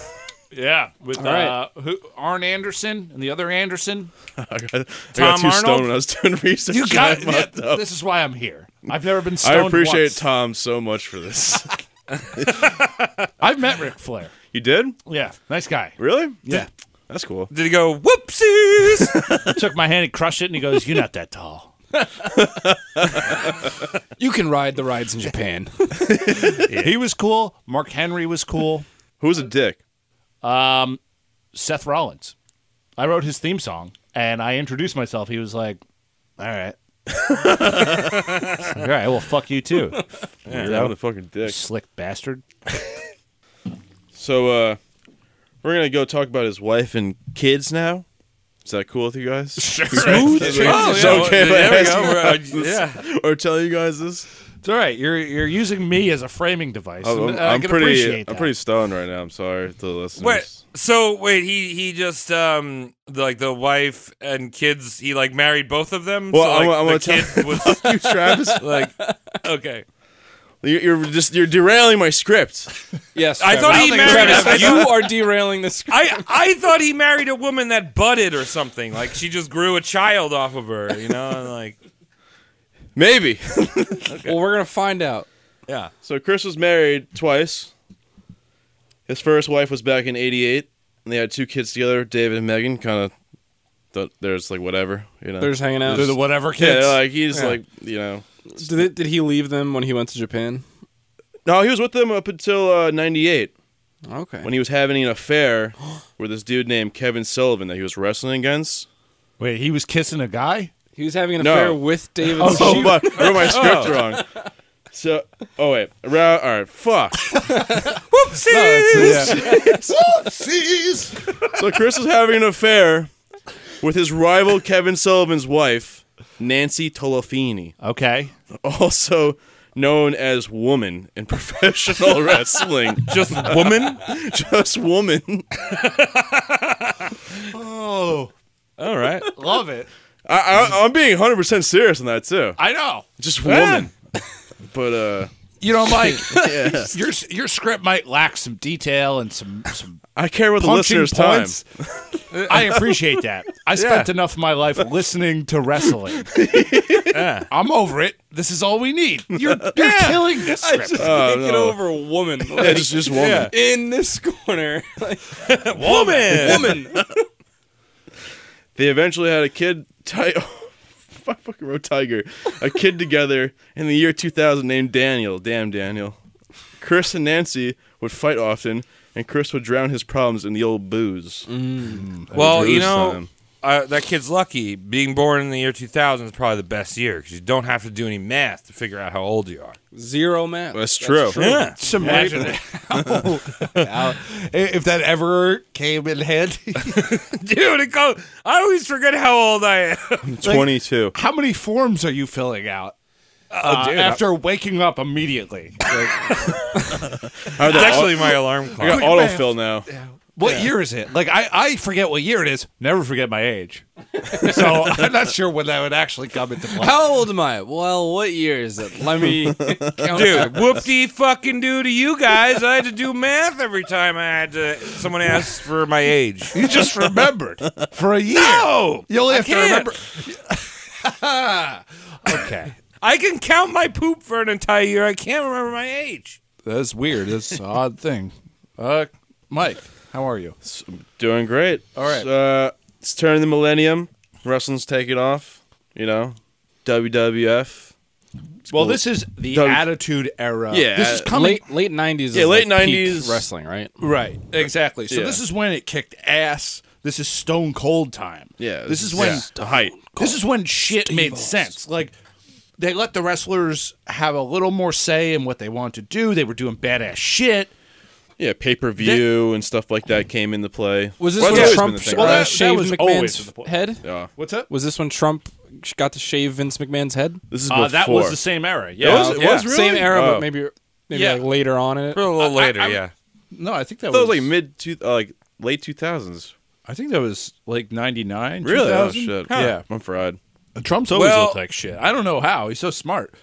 Yeah, with
right.
uh, who, Arn Anderson and the other Anderson.
I got, I got too
Tom Arnold?
stoned when I was doing (laughs) research.
You
and I
got yeah,
fucked up.
this is why I'm here. I've never been.
I
Stoned
appreciate
once.
Tom so much
(laughs)
for this.
I've met Ric Flair.
you did?
Yeah, nice guy.
Really?
Yeah,
That's cool.
Did he go
(laughs)
whoopsies?
took my hand and crushed it, and he goes, "You're not that tall."
(laughs) You can ride the rides in Japan.
He was cool. Mark Henry was cool.
Who's a dick?
Seth Rollins. I wrote his theme song and I introduced myself. He was like, All right. (laughs) All right, well, fuck you too,
You're having a fucking dick.
slick bastard.
So uh we're gonna go talk about his wife and kids now. Is that cool with you guys? Sure.
Oh, yeah, well,
okay if
there
I
we
ask
go.
(laughs) you
We're, uh,
guys this
yeah.
(laughs) or tell you guys this?
It's all right. You're you're using me as a framing device.
I'm,
and I
I'm- Oh, I'm
can
pretty.
appreciate
I'm
that.
pretty stoned right now. I'm sorry to the listeners.
Wait, so wait, he he just um like the wife and kids. He like married both of them.
Well,
so,
I'm-
like,
I'm
the
gonna
kid
(laughs)
was
You, Travis,
like
(laughs)
okay.
You- you're just you're derailing my script.
Yes,
I thought he married.
Travis,
I,
you
thought-
are derailing this.
I I thought he married a woman that budded or something. Like she just grew a child off of her. You know, and like
Maybe.
Well, we're gonna find out.
yeah.
So Chris was married twice. His first wife was back in '88, and they had two kids together, David and Megan. Kind of, there's like whatever, you know.
They're just hanging out.
They're the whatever
yeah,
kids.
they're like he's like you know.
Did, they- did he leave them when he went to Japan?
No, he was with them up until uh, '98
Okay.
when he was having
(gasps)
an affair with this dude named Kevin Sullivan that he was wrestling against.
Wait, he was kissing a guy?
He was having an
No.
affair with David.
Oh,
Sullivan.
but
(laughs)
I wrote my script
Oh.
wrong. So, oh wait, around, all right, fuck.
(laughs)
Uh,
Whoopsie!
So Chris is having an affair with his rival Kevin Sullivan's wife, Nancy Tolofini,
Okay.
also known as Woman in (laughs) professional wrestling.
Just woman.
(laughs) Just
(laughs)
Woman.
Oh,
All right.
love it.
I, I, I'm being 100% serious on that too.
I know.
Just Woman. (laughs) But uh, (laughs)
You know,
(laughs)
Mike, your your script might lack some detail and some
(laughs)
some
I care about the
punching
listeners'
points. I appreciate that. I spent
Yeah.
enough of my life listening
(laughs)
to wrestling. I'm over it. This is all we need. You're, you're killing this script.
time. (laughs) (laughs) Oh,
Get
no.
over a woman
Yeah, just, just Woman.
in this corner. Like,
(laughs) Woman.
woman.
They eventually had a kid. Ti- (laughs) I fucking wrote Tiger. A kid together in the year 2000 named Daniel. Damn, Daniel. Chris and Nancy would fight often, and Chris would drown his problems in the old booze.
Well, you
Drew's
know,
time.
uh, that kid's lucky. Being born in the year 2000 is probably the best year because you don't have to do any math to figure out how old you are.
Zero math.
That's true.
Yeah.
Just imagine how- if that ever came in
(laughs)
handy.
Dude, it goes, I always forget how old I am.
Twenty-two.
(laughs) How many forms are you filling out uh,
dude,
after waking up immediately?
I
It's actually my (laughs) alarm
I got
clock.
autofill now.
What year is it? Like I, I forget what year it is. Never forget my age.
(laughs)
so I'm not sure when that would actually come into play.
How old am I? Well, what year is it? Let (laughs) me count
Dude, whoop-dee fucking do to you guys. I had to do math every time I had to. Someone asked for my age.
You just
(laughs)
remembered for a year. No, you only
I
have to
can't.
remember. okay,
I can count my poop for an entire year. I can't remember my age.
that's weird. That's an odd thing. Uh, Mike, how are you?
Doing great. All
right.
Uh, it's turn of the millennium. Wrestling's taking off. You know, WWF.
Well, this is the
Doug-
Attitude Era.
Yeah.
This is coming.
late late nineties.
Yeah,
is
late
like peak
90s.
wrestling, right?
Right. (laughs) Exactly. So
Yeah.
this is when it kicked ass. This is Stone Cold time.
Yeah.
This is when
the height.
this is when shit made sense. Like they let the wrestlers have a little more say in what they want to do. They were doing badass shit.
Yeah, pay per view and stuff like that came into play.
Was this
Well,
when
that's
Trump
always been the
uh,
thing, right?
that
shaved
was always
McMahon's
the point.
head?
Yeah.
What's up?
Was this when Trump got to shave Vince McMahon's head?
This is
Uh,
before.
that was the same era.
Oh,
Yeah.
It was, it
Yeah.
was really?
Uh, Same era,
Oh.
but maybe maybe
Yeah.
like later on in it.
A little later, yeah.
no, I think that
I thought
was,
it was like mid two, uh, like late two thousands.
I think that was like 99.
Really? Oh
2000.
shit.
Yeah.
I'm fried.
Uh, Trump's always
Well-
looked like shit. I don't know how. He's so smart.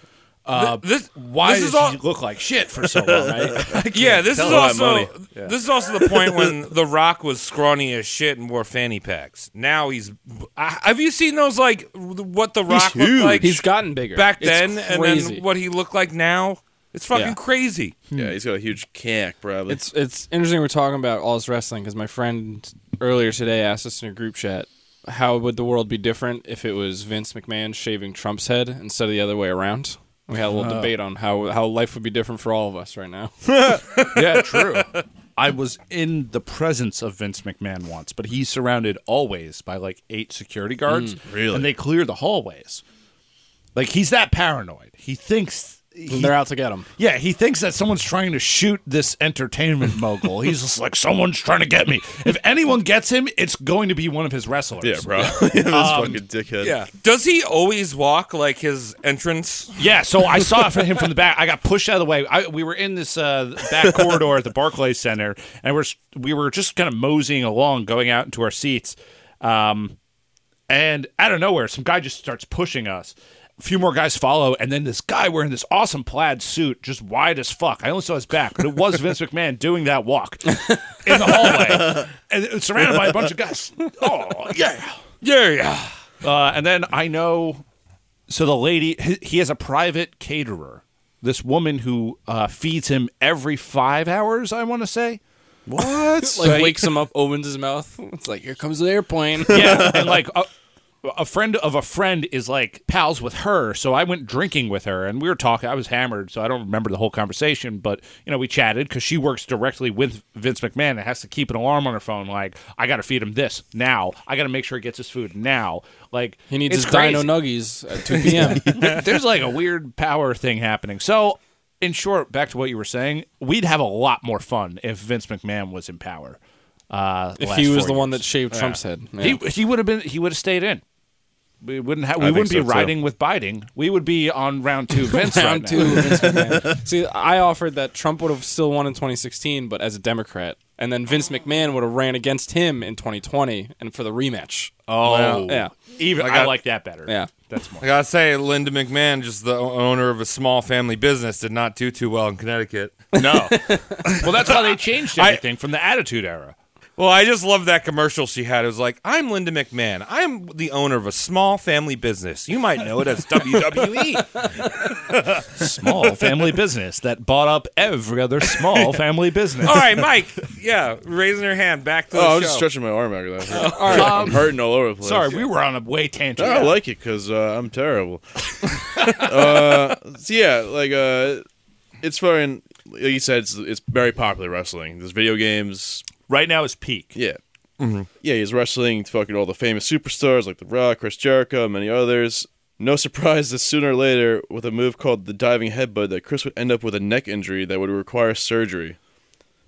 Uh,
This
why
this
does
is all,
he look like shit for so long? (laughs) I-
Yeah, this is
a lot of
also
money.
this is also the
(laughs)
point when The Rock was scrawny as shit and wore fanny packs. Now he's. I, have you seen those like what The Rock looked
huge.
like
He's gotten bigger
back
It's
then, and
crazy.
then what he looked like now? It's fucking
Yeah.
crazy.
Yeah, he's got a huge cack, probably.
It's it's interesting we're talking about all this wrestling because my friend earlier today asked us in a group chat how would the world be different if it was Vince McMahon shaving Trump's head instead of the other way around. We had a
Oh.
little debate on how how life would be different for all of us
(laughs)
right now.
yeah, (laughs) true. I was in the presence of Vince McMahon once, but he's surrounded always by like eight security guards.
really?
And they clear the hallways. Like he's that paranoid. He thinks he-
They're out to get him.
yeah, he thinks that someone's trying to shoot this entertainment mogul. He's just like, someone's trying to get me. If anyone gets him, it's going to be one of his wrestlers. (laughs)
yeah, bro. (laughs) this fucking dickhead.
Does he always walk like his entrance?
Yeah, so I saw it from him from the back. I got pushed out of the way. I, we were in this uh, back corridor at the Barclays Center, and we're we were just kind of moseying along, going out into our seats. Um, and out of nowhere, some guy just starts pushing us. A few more guys follow, and then this guy wearing this awesome plaid suit, just wide as fuck. I only saw his back, but it was Vince McMahon doing that walk in the hallway, and it was surrounded by a bunch of guys. Oh yeah.
Yeah, yeah.
Uh, and then I know, so the lady, he- he has a private caterer. This woman who uh, feeds him every five hours, I want to say.
Oh,
It's like wakes him up, opens his mouth. It's like here comes
(laughs)
the airplane.
Yeah, and like a, a friend of a friend is like pals with her, so I went drinking with her, and we were talking. I was hammered, so I don't remember the whole conversation, but you know we chatted because she works directly with Vince McMahon and has to keep an alarm on her phone. Like I got to feed him this now. I got to make sure he gets his food now. Like
He needs
it's
his
crazy.
dino nuggies at two
(laughs)
p.m.
There- there's like a weird power thing happening. So, in short, back to what you were saying, we'd have a lot more fun if Vince McMahon was in power. Uh,
if
last
he was
four
the one
years.
that shaved Trump's head. Yeah.
he he would have been he would have stayed in. We wouldn't have we
think
wouldn't
so,
be
too.
riding with Biden. We would be on round two Vince
round
right
two.
now.
of Vince McMahon. See, I offered that Trump would have still won in 2016, but as a Democrat, and then Vince McMahon would have ran against him in 2020 and for the rematch.
Oh
Yeah,
even I,
got-
like that better.
yeah.
That's more
I gotta say, Linda McMahon, just the o- owner of a small family business, did not do too well in
(laughs)
Connecticut.
No. well that's how they changed everything from the attitude era.
Well, I just love that commercial she had. It was like, I'm Linda McMahon. I'm the owner of a small family business. You might know
(laughs)
it as E." WWE.
Small family business that bought up every other small family business.
All right, Mike. Yeah, raising her hand back to the
Oh, I
show.
was just stretching my arm out. That hurt. I'm hurting all over the place.
Sorry, we were on a way tangent.
I like it because uh, (laughs) I'm terrible. uh, so yeah, like uh, it's fucking like you said, it's, it's very popular wrestling. There's video games.
Right now is peak.
Yeah. Yeah, he's wrestling fucking all the famous superstars like The Rock, Chris Jericho, and many others. No surprise that sooner or later, with a move called the diving headbutt, that Chris would end up with a neck injury that would require surgery.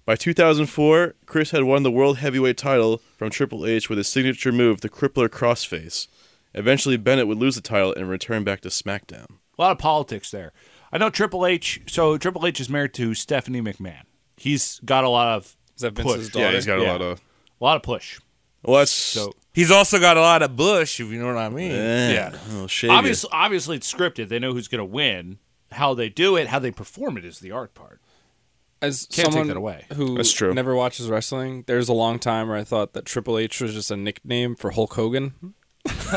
By 2004, Chris had won the world heavyweight title from Triple H with his signature move, the Crippler Crossface. Eventually, Bennett would lose the title and return back to SmackDown.
A lot of politics.
It's there. I know Triple H. So Triple H is married to Stephanie McMahon. He's got a lot of
Is that
push.
Vince's
Yeah,
daughter?
he's got a
Yeah.
lot of.
a lot of push.
Well, that's
So
He's also got a lot of bush, if you know what I mean.
yeah. Oh, shady.
obviously, obviously, it's scripted. They know who's going to win. How they do it, how they perform it, is the art part.
As
Can't take
someone
that away.
who
That's true.
never watches wrestling, there was a long time where I thought that Triple H was just a nickname for Hulk Hogan.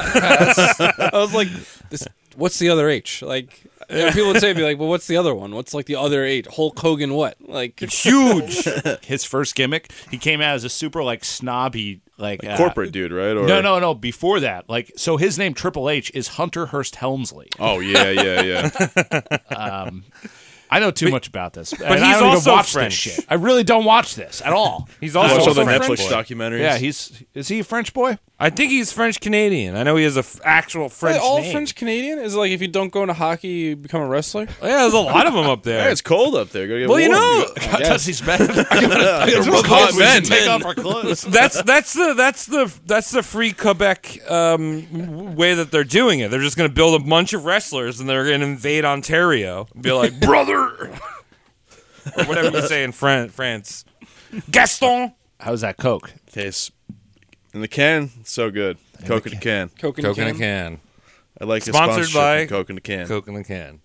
I was like, this, what's the other H? Like, and people would say, be like, well, what's the other one? What's like the other H? Hulk Hogan what? Like,
Huge. His first gimmick, he came out as a super like snobby like, uh,
corporate dude, right? Or
No, no, no. Before that, like, so his name Triple H is Hunter Hurst Helmsley.
Oh yeah, yeah,
(laughs)
yeah.
I know too much about this, but
he's
I don't
also
even watch
French.
this shit. I really don't watch this at (laughs) all.
He's
I
also,
watched all the
French.
Netflix documentaries.
yeah, he's is he a French boy?
I think he's French Canadian. I know he has an actual French
all
name.
French Canadian is it like if you don't go into hockey, you become a wrestler.
Yeah, there's a lot of them up
Yeah,
there.
it's cold up there. Go get
well, you
warm.
know,
(laughs) Because he's mad.
hot men.
Take off our
(laughs)
clothes.
that's that's the that's the that's the free Quebec um, w- way that they're doing it. They're just going to build a bunch of wrestlers and they're going to invade Ontario. Be (laughs) like, brother, or whatever you say in Fran- France. Gaston.
How's that Coke?
tastes in the can. So good. Coke in a can.
Coke and
Coke in a
can.
can.
I like his
Sponsored
sponsorship
by-
of Coke in a can.
Coke in a can.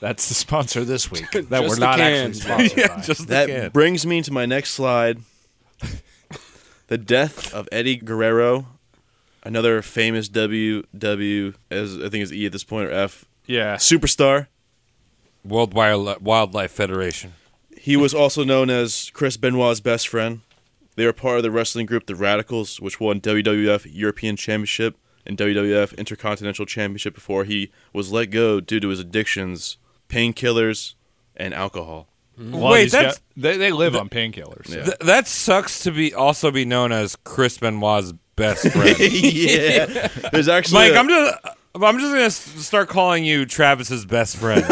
That's the sponsor this
(laughs)
week. That we're
the
not
can.
actually sponsored by.
(laughs) Just
That
the can.
brings me to my next slide. the death of Eddie Guerrero, another famous WW as I think it's E at this point or F
(laughs) Yeah.
superstar.
World Wild- Wildlife Federation.
He was also known as Chris Benoit's best friend. They were part of the wrestling group The Radicals, which won WWF European Championship and WWF Intercontinental Championship before he was let go due to his addictions, painkillers, and alcohol. (laughs)
Well,
Wait,
he's
that's-
got- they, they live on painkillers.
Yeah.
Th- that sucks to be also be known as Chris Benoit's best friend. (laughs)
yeah, there's actually
Mike,
a-
I'm just I'm just gonna s- start calling you Travis's best friend.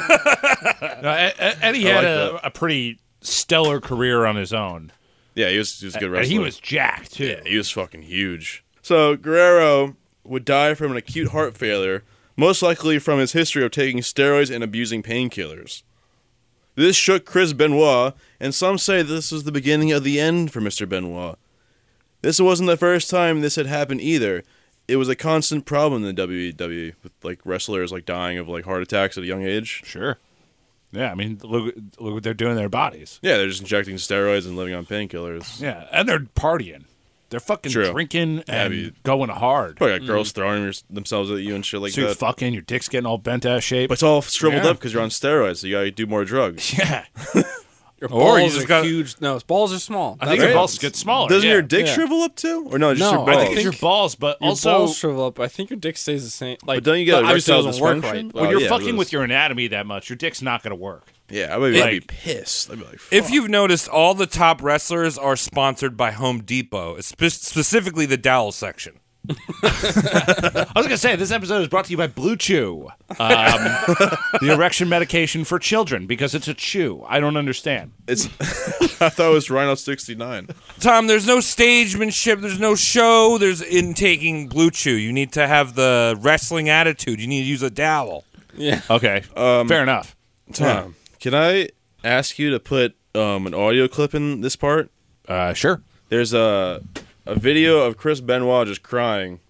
No, E- E- Eddie
I
had
like
a, a pretty stellar career on his own.
yeah. He was he was a good
And
wrestler.
Uh, he was jacked too.
Yeah, he was fucking huge. So Guerrero would die from an acute heart failure, most likely from his history of taking steroids and abusing painkillers. This shook Chris Benoit, and some say this was the beginning of the end for Mr. Benoit. This wasn't the first time this had happened either. It was a constant problem in the WWE with like wrestlers like dying of like heart attacks at a young age.
Sure. Yeah, I mean, look, look what they're doing to their bodies.
Yeah, they're just injecting steroids and living on painkillers.
Yeah, and they're partying. They're fucking
True.
drinking
Yeah, I
and
mean-
going hard.
Probably got girls throwing your- themselves at Hmm. you and shit like
so you're
that.
fucking, your dick's getting all bent out of shape.
But it's all shriveled
Yeah.
up up because you're on steroids, so you gotta do more drugs.
yeah,
Your balls
Or you just
are
got-
huge. No, his balls are small.
I think
Right.
your balls get smaller.
Doesn't
yeah.
your dick
Yeah.
shrivel up too? Or no, just
No,
your
I
balls?
I think it's your balls, but
Your
also
balls shrivel up. I think your dick stays the same. Like,
but don't you get
no, obviously
erectile
it doesn't work
dysfunction?
right.
Well,
when you're
yeah,
fucking
it
with
is.
your anatomy that much, your dick's not going to work.
yeah, I would be, I'd be
Like-
pissed. I'd be like, fuck.
if you've noticed, all the top wrestlers are sponsored by Home Depot, spe- specifically the dowel section.
I was going to say this episode is brought to you by Blue Chew, um, (laughs) the erection medication for children because it's a chew. I don't understand.
it's, (laughs) I thought it was Rhino sixty nine.
Tom, there's no stagemanship. There's no show. There's in taking Blue Chew. You need to have the wrestling attitude. You need to use a dowel.
Okay, Um, fair enough.
Tom, can I ask you to put um, an audio clip in this part?
Uh, sure.
There's a a video of Chris Benoit just crying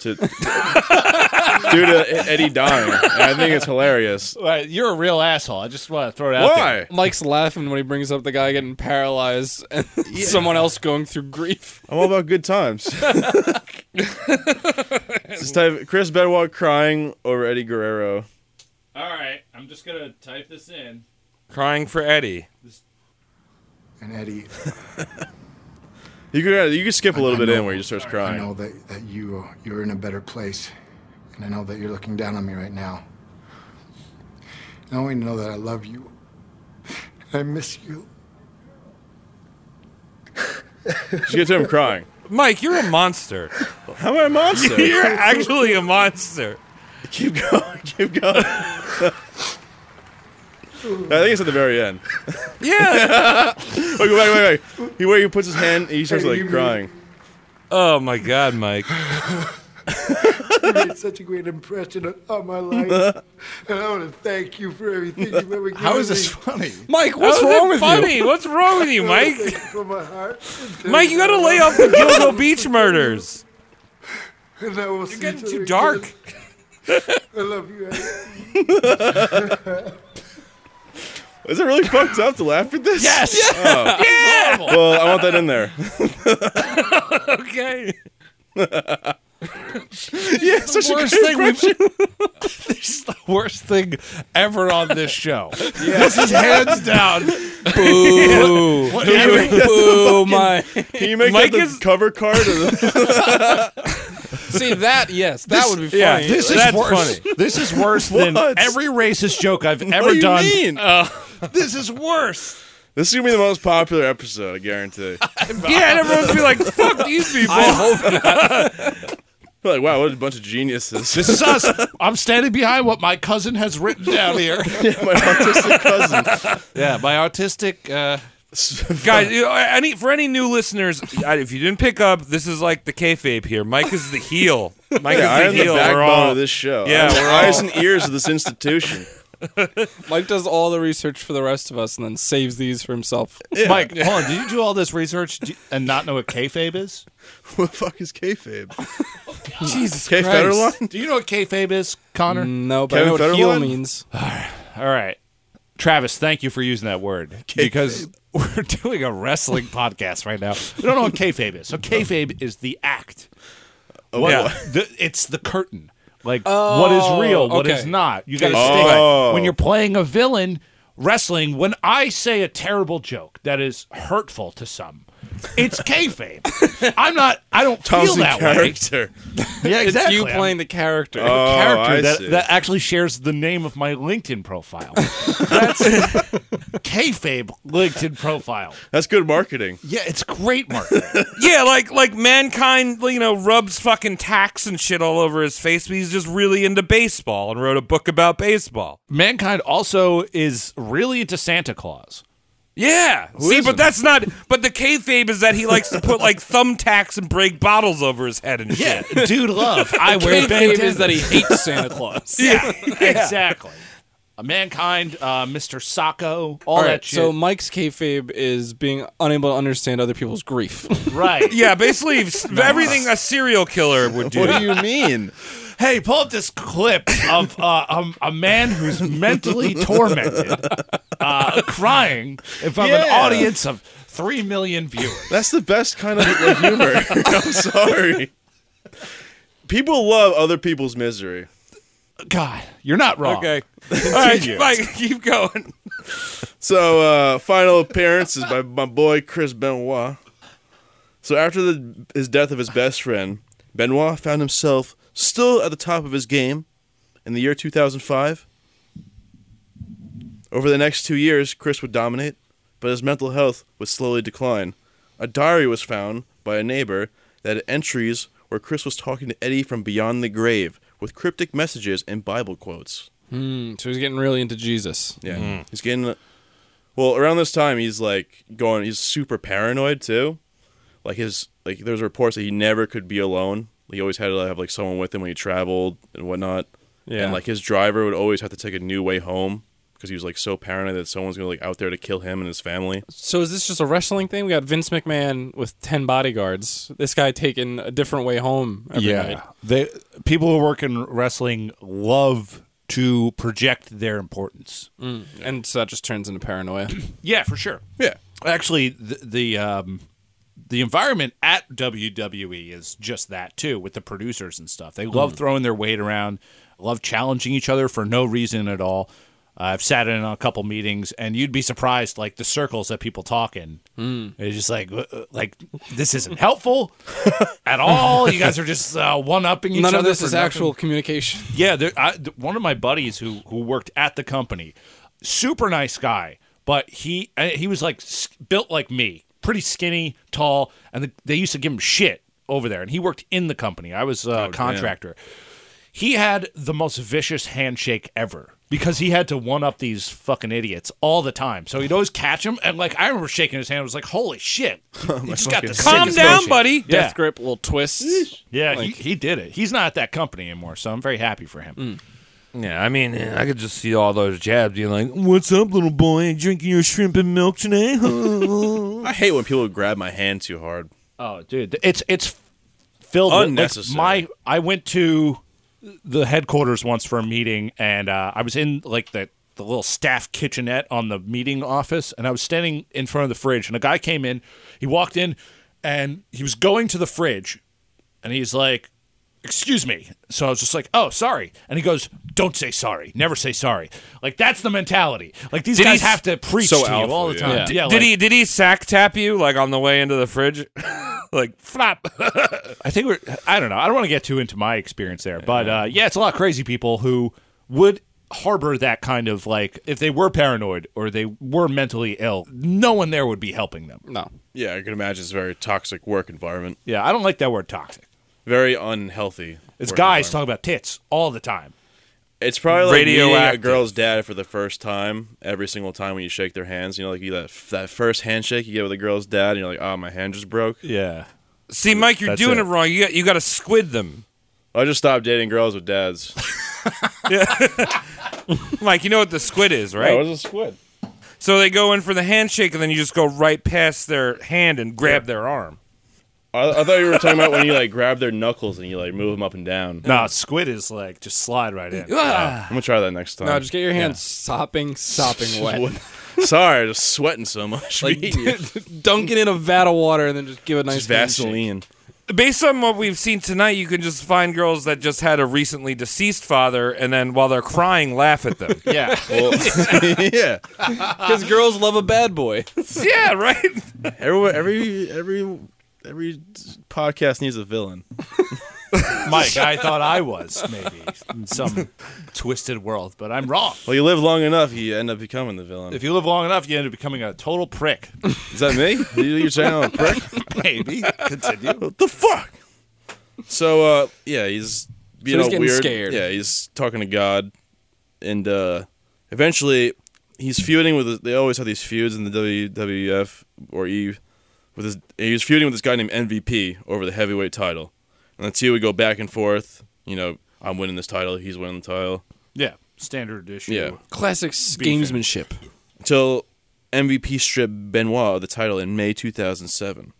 to (laughs) due to Eddie dying. And I think it's hilarious.
Uh, you're a real asshole. I just want to throw it out there.
Why?
Mike's laughing when he brings up the guy getting paralyzed and (laughs) someone else going through grief.
I'm all about good times. Just type Chris Benoit crying over Eddie Guerrero.
All right, I'm just gonna type this in.
Crying for Eddie.
And Eddie,
You could you could skip a little
I
bit
know.
in where he just starts
I
crying.
know that, that you are- you're in a better place, and I know that you're looking down on me right now. I want you (laughs) to know that I love you, I miss you.
She gets him crying.
Mike, you're a monster.
How am I
(laughs)
a monster?
(laughs) You're actually a monster.
Keep going. Keep going. I think it's at the very end.
Yeah.
(laughs) Wait, wait, wait, wait. He where he puts his hand, and he starts
Hey, you
like
mean-
crying.
Oh my God, Mike.
You
(laughs)
made such a great impression on- on my life. and I want to thank you for everything you've ever given
How is
me.
this funny?
Mike, what's
How's it
wrong with you?
funny? What's wrong with you,
I wanna
Mike?
thank you from my heart.
Mike, you gotta lay off the
(laughs)
Gilgo Beach murders.
And I will see
You're getting
each other
too
again.
dark.
I love you. Adam.
Is it really fucked up to laugh at this? Yes. Well, I want that in there. (laughs)
Okay.
yeah, such a
worst
good
thing we've-
impression.
(laughs) Worst thing ever on this show. This is (laughs) hands
(laughs)
down.
Boo. Boo, my.
Can you make
Mike
that the
is-
cover card? Or the...
See, that, yes, that would (laughs) be funny.
yeah,
This is
That's
worse. This is worse than
What?
every racist joke I've ever
What do you
done.
mean?
This is worse.
this is gonna be the most popular episode, I guarantee. (laughs)
Yeah, and everyone's be like, fuck these people.
like, wow, what a bunch of geniuses. (laughs)
This is us. (laughs) I'm standing behind what my cousin has written down here.
my autistic cousin.
(laughs) yeah, my autistic. Uh,
Guys, you know, any for any new listeners, I- if you didn't pick up, this is like the kayfabe here. Mike is the
(laughs)
heel. Mike
(laughs) Yeah, I
is
am
the
the
heel. We're
backbone
all-
of
(laughs)
this show.
Yeah,
I'm the
we're
eyes and ears of this institution.
Mike does all the research for the rest of us and then saves these for himself. (laughs)
Mike, hold on. Did you do all this research do- and not know what kayfabe is?
what the fuck is (laughs) kayfabe?
Jesus
Kay Federline?
(laughs) Do you know what kayfabe is, Connor?
No, but
Kevin
I know what heel
Federline?
means.
Mm, All right. Travis, thank you for using that (laughs) word because we're doing a wrestling
(laughs)
podcast right now. We don't know what kayfabe is. So kayfabe is the act. Oh, What- (laughs)
yeah.
the- it's the curtain. Like what is real, what is
okay.
not. You got to
Oh.
stay when you're playing a villain wrestling. When I say a terrible joke that is hurtful to some, it's kayfabe. (laughs) I'm not. I don't feel
Thompson
that
character.
way. Yeah,
It's
exactly.
you
I'm-
playing the character.
Oh, I
character
see.
that, that actually shares the name of my LinkedIn profile. (laughs) That's kayfabe LinkedIn profile.
That's good (laughs) marketing.
Yeah, it's great, Mark. It's
Yeah, like like mankind, you know, rubs fucking tacks and shit all over his face, but he's just really into baseball and wrote a book about baseball.
(laughs) Mankind also is really into Santa Claus.
Yeah. See, but that's not. But the kayfabe is that he likes to put like (laughs) thumbtacks and break bottles over his head and shit.
(laughs)
(laughs)
dude, love. I wear
Kayfabe
bandanas.
is that he hates Santa Claus.
(laughs) yeah, exactly. Uh, Mankind, uh, Mr. Sacco, all,
All
that
right,
shit.
so Mike's kayfabe is being unable to understand other people's (laughs) grief.
(laughs) right.
Yeah, basically s- everything a serial killer would do.
do you mean?
Hey, pull up this clip of uh, um, a man who's (laughs) mentally tormented, uh, crying in front of an
Yeah.
audience of three million viewers.
That's the best kind of like, humor. (laughs) I'm sorry. People love other people's misery.
God, you're not wrong.
Okay. All
(laughs)
right, Mike, keep going.
So, uh, final appearance is by my boy Chris Benoit. So, after the, his death of his best friend, Benoit found himself still at the top of his game in the year 2005. Over the next two years, Chris would dominate, but his mental health would slowly decline. A diary was found by a neighbor that had entries where Chris was talking to Eddie from beyond the grave with cryptic messages and Bible quotes.
Mm, so he's getting really into Jesus.
Yeah, he's getting. Well, around this time, he's like going. He's super paranoid too. Like his like, there's reports that he never could be alone. He always had to have like someone with him when he traveled and whatnot.
Yeah.
And like his driver would always have to take a new way home because he was like so paranoid that someone's gonna like out there to kill him and his family.
So is this just a wrestling thing? We got Vince McMahon with ten bodyguards. This guy taking a different way home every night.
they people who work in wrestling love to project their importance.
And so that just turns into (laughs) paranoia.
Yeah, for sure.
Yeah.
Actually, the the, um, the environment at WWE is just that too, with the producers and stuff. They
Mm.
love throwing their weight around, love challenging each other for no reason at all. I've sat in on a couple meetings, and you'd be surprised, like the circles that people talk in.
Mm.
It's just like, uh, uh, like this isn't
(laughs)
helpful at all. You guys are just uh, one upping each
None
other.
of this
for
is
nothing.
actual communication. (laughs)
Yeah, there, I, th- one of my buddies who who worked at the company, super nice guy, But he uh, he was like s- built like me, pretty skinny, tall, and the, they used to give him shit over there. And he worked in the company. I
Oh,
was a contractor. He had the most vicious handshake ever because he had to one up these fucking idiots all the time. So he'd always catch him and like I remember shaking his hand. I was like, "Holy
(laughs)
shit!" He just got the
Calm
sickest
down,
handshake.
buddy.
Yeah.
Death grip, little twists.
Yeah, he, he did it. He's not at that company anymore, so I'm very happy for him.
Yeah, I mean, I could just see all those jabs being like, "What's up, little boy? Drinking your shrimp and milk today?" (laughs)
I hate when people grab my hand too hard.
Oh, dude, th- it's it's filled with- like,
Unnecessary.
my I went to the headquarters once for a meeting, and uh, I was in like the the little staff kitchenette on the meeting office, and I was standing in front of the fridge, and a guy came in. He walked in, and he was going to the fridge, and he's like. Excuse me. So I was just like, "Oh, sorry." And he goes, "Don't say sorry. Never say sorry." Like that's the mentality. Like these
Did he
guys
s-
have to preach
So
to you all
alpha,
the
yeah.
time.
Yeah.
Yeah,
did
like-
he did he sack tap you like on the way into the fridge? (laughs) like
(laughs)
flop.
I think we're. I don't know. I don't want to get too into my experience there, but uh, yeah, it's a lot of crazy people who would harbor that kind of like if they were paranoid or they were mentally ill. No one there would be helping them.
No.
Yeah, I can imagine it's a very toxic work environment.
Yeah, I don't like that word toxic.
Very unhealthy.
It's
work
guys
environment.
talking about tits all the time.
It's probably like meeting a
Radioactive.
girl's dad for the first time. Every single time when you shake their hands, you know, like you that that first handshake you get with a girl's dad, and you're like, "Oh, my hand just broke."
Yeah,
see, Mike, you're
That's
doing
it.
it, wrong. You got, you got to squid them,
I just stopped dating girls with dads.
Mike. You know what the
(laughs)
squid is, right?
a squid.
so they go in for the handshake, and then you just go right past their hand and grab their arm.
I, I thought you were talking about when you like grab their knuckles and you like move them up and down.
no, squid is like just slide right in.
I'm gonna try that next time.
No, just
(laughs)
get your hands sopping, sopping wet.
Sorry, I was sweating so much. (laughs) Beating you.
(laughs) Dunk it in a vat of water and then just give it a nice (laughs)
Just Vaseline.
based on what we've seen tonight, you can just find girls that just had a recently deceased father, and then while they're crying, laugh at them.
(laughs) Yeah,
Well, (laughs) yeah.
Because girls love a bad boy.
(laughs) yeah, right.
Everyone, every every every podcast needs a villain.
Mike, I thought I was maybe in (laughs) some twisted world, but I'm wrong.
Well, you live long enough, you end up becoming the villain.
If you live long enough, you end up becoming a total prick.
Is that me? You- You're saying I'm a prick?
(laughs) Maybe continue.
What the fuck? So, uh, yeah, he's you
So
know
he's getting
weird.
scared.
Yeah, he's talking to God, and uh, eventually, he's feuding with. They always have these feuds in the WWF or E. With his, he was feuding with this guy named MVP over the heavyweight title, and the two would go back and forth. You know, I'm winning this title. He's winning the title.
Yeah, standard issue.
Yeah.
(laughs) Classic gamesmanship.
till MVP stripped Benoit of the title in May 2007.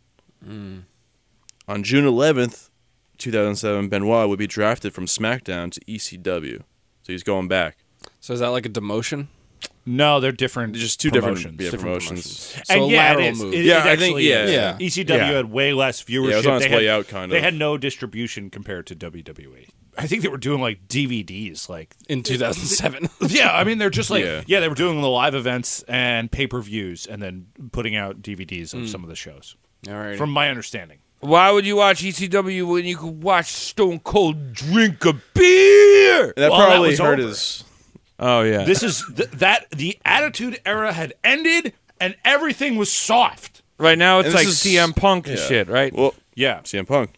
Hmm.
On June 11th, 2007, Benoit would be drafted from SmackDown to ECW. So he's going back.
So is that like a demotion?
No, they're different.
Just two different,
promotions.
yeah, promotions.
So
and
a
yeah,
lateral
it is.
move.
It-
Yeah,
it
I think-
actually uh, is.
yeah.
ECW had way less viewership.
Yeah, it was on its
they had,
way out, kind
They
of.
had no distribution compared to WWE. I think they were doing like DVDs, like
In 2007.
yeah. I mean, they're just like
(laughs) Yeah.
yeah, they were doing the live events and pay per views, and then putting out DVDs
Hmm.
of some of the shows.
All right.
From my understanding,
Why would you watch ECW when you could watch Stone Cold drink a beer?
And that
Well, that
probably
was
hurt
over.
his.
Oh yeah.
this is th- that the Attitude Era had ended, and everything was soft.
right now it's
and this
like
is-
CM Punk and
yeah.
shit, right?
Well,
Yeah,
CM Punk.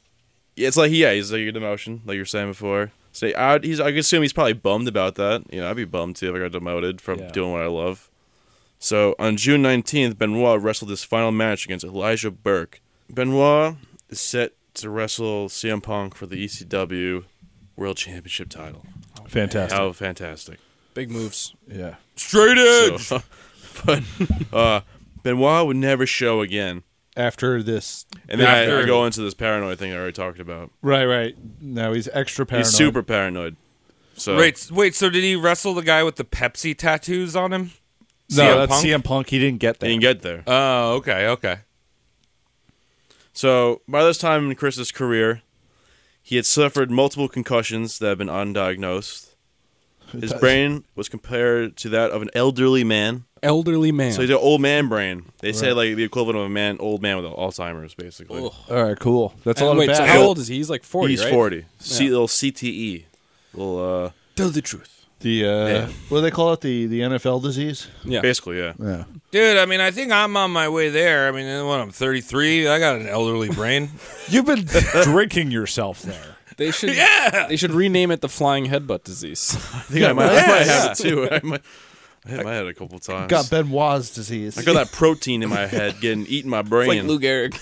Yeah, It's like, yeah, he's like a demotion, like you were saying before. So I, he's, I could assume he's probably bummed about that. You know, I'd be bummed too if I got demoted from
Yeah.
doing what I love. So on June 19th, Benoit wrestled his final match against Elijah Burke. Benoit is set to wrestle CM Punk for the ECW World Championship title.
fantastic.
How fantastic.
Big moves.
Yeah.
Straight edge.
So, (laughs) but uh, Benoit would never show again.
After this,
And then I, I
After-
go into this paranoid thing I already talked about.
right, right. Now he's extra paranoid.
He's super paranoid. So
Wait, s- wait. So did he wrestle the guy with the Pepsi tattoos on him?
No,
CM
that's
Punk?
CM Punk. He didn't get that.
He didn't get there.
Oh, okay, okay.
So by this time in Chris's career, he had suffered multiple concussions that have been undiagnosed. His brain was compared to that of an elderly man.
Elderly man.
So he's an old man brain. They say like the equivalent of a man, old man with Alzheimer's, basically.
All right, cool. That's a
And
lot
wait,
of
so
bad.
how old is he? He's like 40,
He's
right?
forty. C- E. little CTE. Little uh,
Tell the truth.
The uh, what do they call it? The the NFL disease.
Yeah.
Basically, yeah.
Yeah.
Dude, I mean, I think I'm on my way there. I mean, when I'm 33, I got an elderly brain.
You've been drinking yourself there.
They should
yeah.
they should rename it the flying headbutt (laughs) disease.
I think I, might, I might have it too. (laughs) I might. I hit my head a couple
(laughs)
times.
Got Benoit's disease.
I got that protein in my head getting eating my brain.
like Lou Gehrig,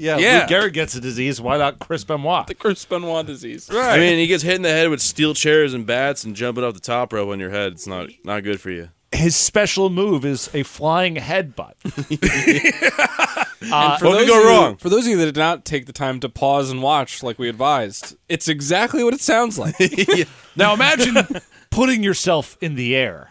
(laughs)
yeah,
Yeah.
Lou Gehrig gets a disease. Why not Chris Benoit?
the Chris Benoit disease.
Right.
I mean, he gets hit in the head with steel chairs and bats and jumping off the top rope on your head. It's not not good for you.
His special move is a flying headbutt.
For those
What could go
of you-
wrong?
For those of you that did not take the time to pause and watch like we advised, it's exactly what it sounds
(laughs)
like.
Now imagine putting yourself in the air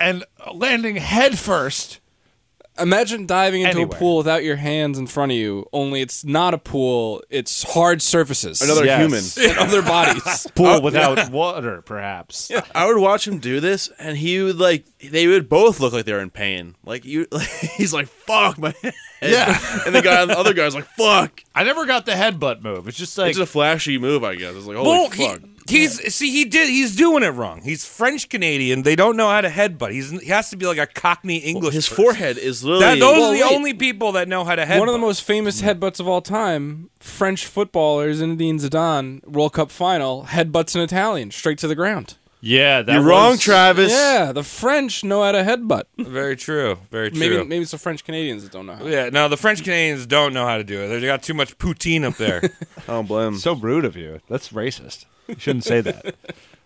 and landing headfirst.
(laughs) Imagine diving into
Anywhere.
a pool without your hands in front of you, only it's not a pool, it's hard surfaces.
Another
Yes.
human.
(laughs) and other
(laughs)
bodies. (laughs)
Pool without water, perhaps.
I would watch him do this, and he would like they would both look like they're in pain. Like you, (laughs) he's like "fuck my head,"
Yeah.
(laughs) and the guy, the other guy's like "fuck."
I never got the headbutt move. It's just like
It's a flashy move, I guess. It's like holy
Well, Oh, he-
fuck.
he's see he did he's doing it wrong. He's French Canadian. They don't know how to headbutt. He's he has to be like a Cockney English.
His
person.
forehead is
That,
literally.
those
Well,
are the
wait.
only people that know how to headbutt.
One of the most famous
Mm-hmm.
headbutts of all time, French footballers, Zinedine Zidane, World Cup final, headbutts an Italian straight to the ground.
yeah, that
You're wrong,
was-
Travis.
Yeah, the French know how to headbutt.
very true. Very true.
Maybe maybe it's the French Canadians that don't know. How.
yeah, no, the French Canadians don't know how to do it. They got too much poutine
(laughs)
up there.
I don't blame. him. So,
So rude of you. That's racist. You shouldn't say that.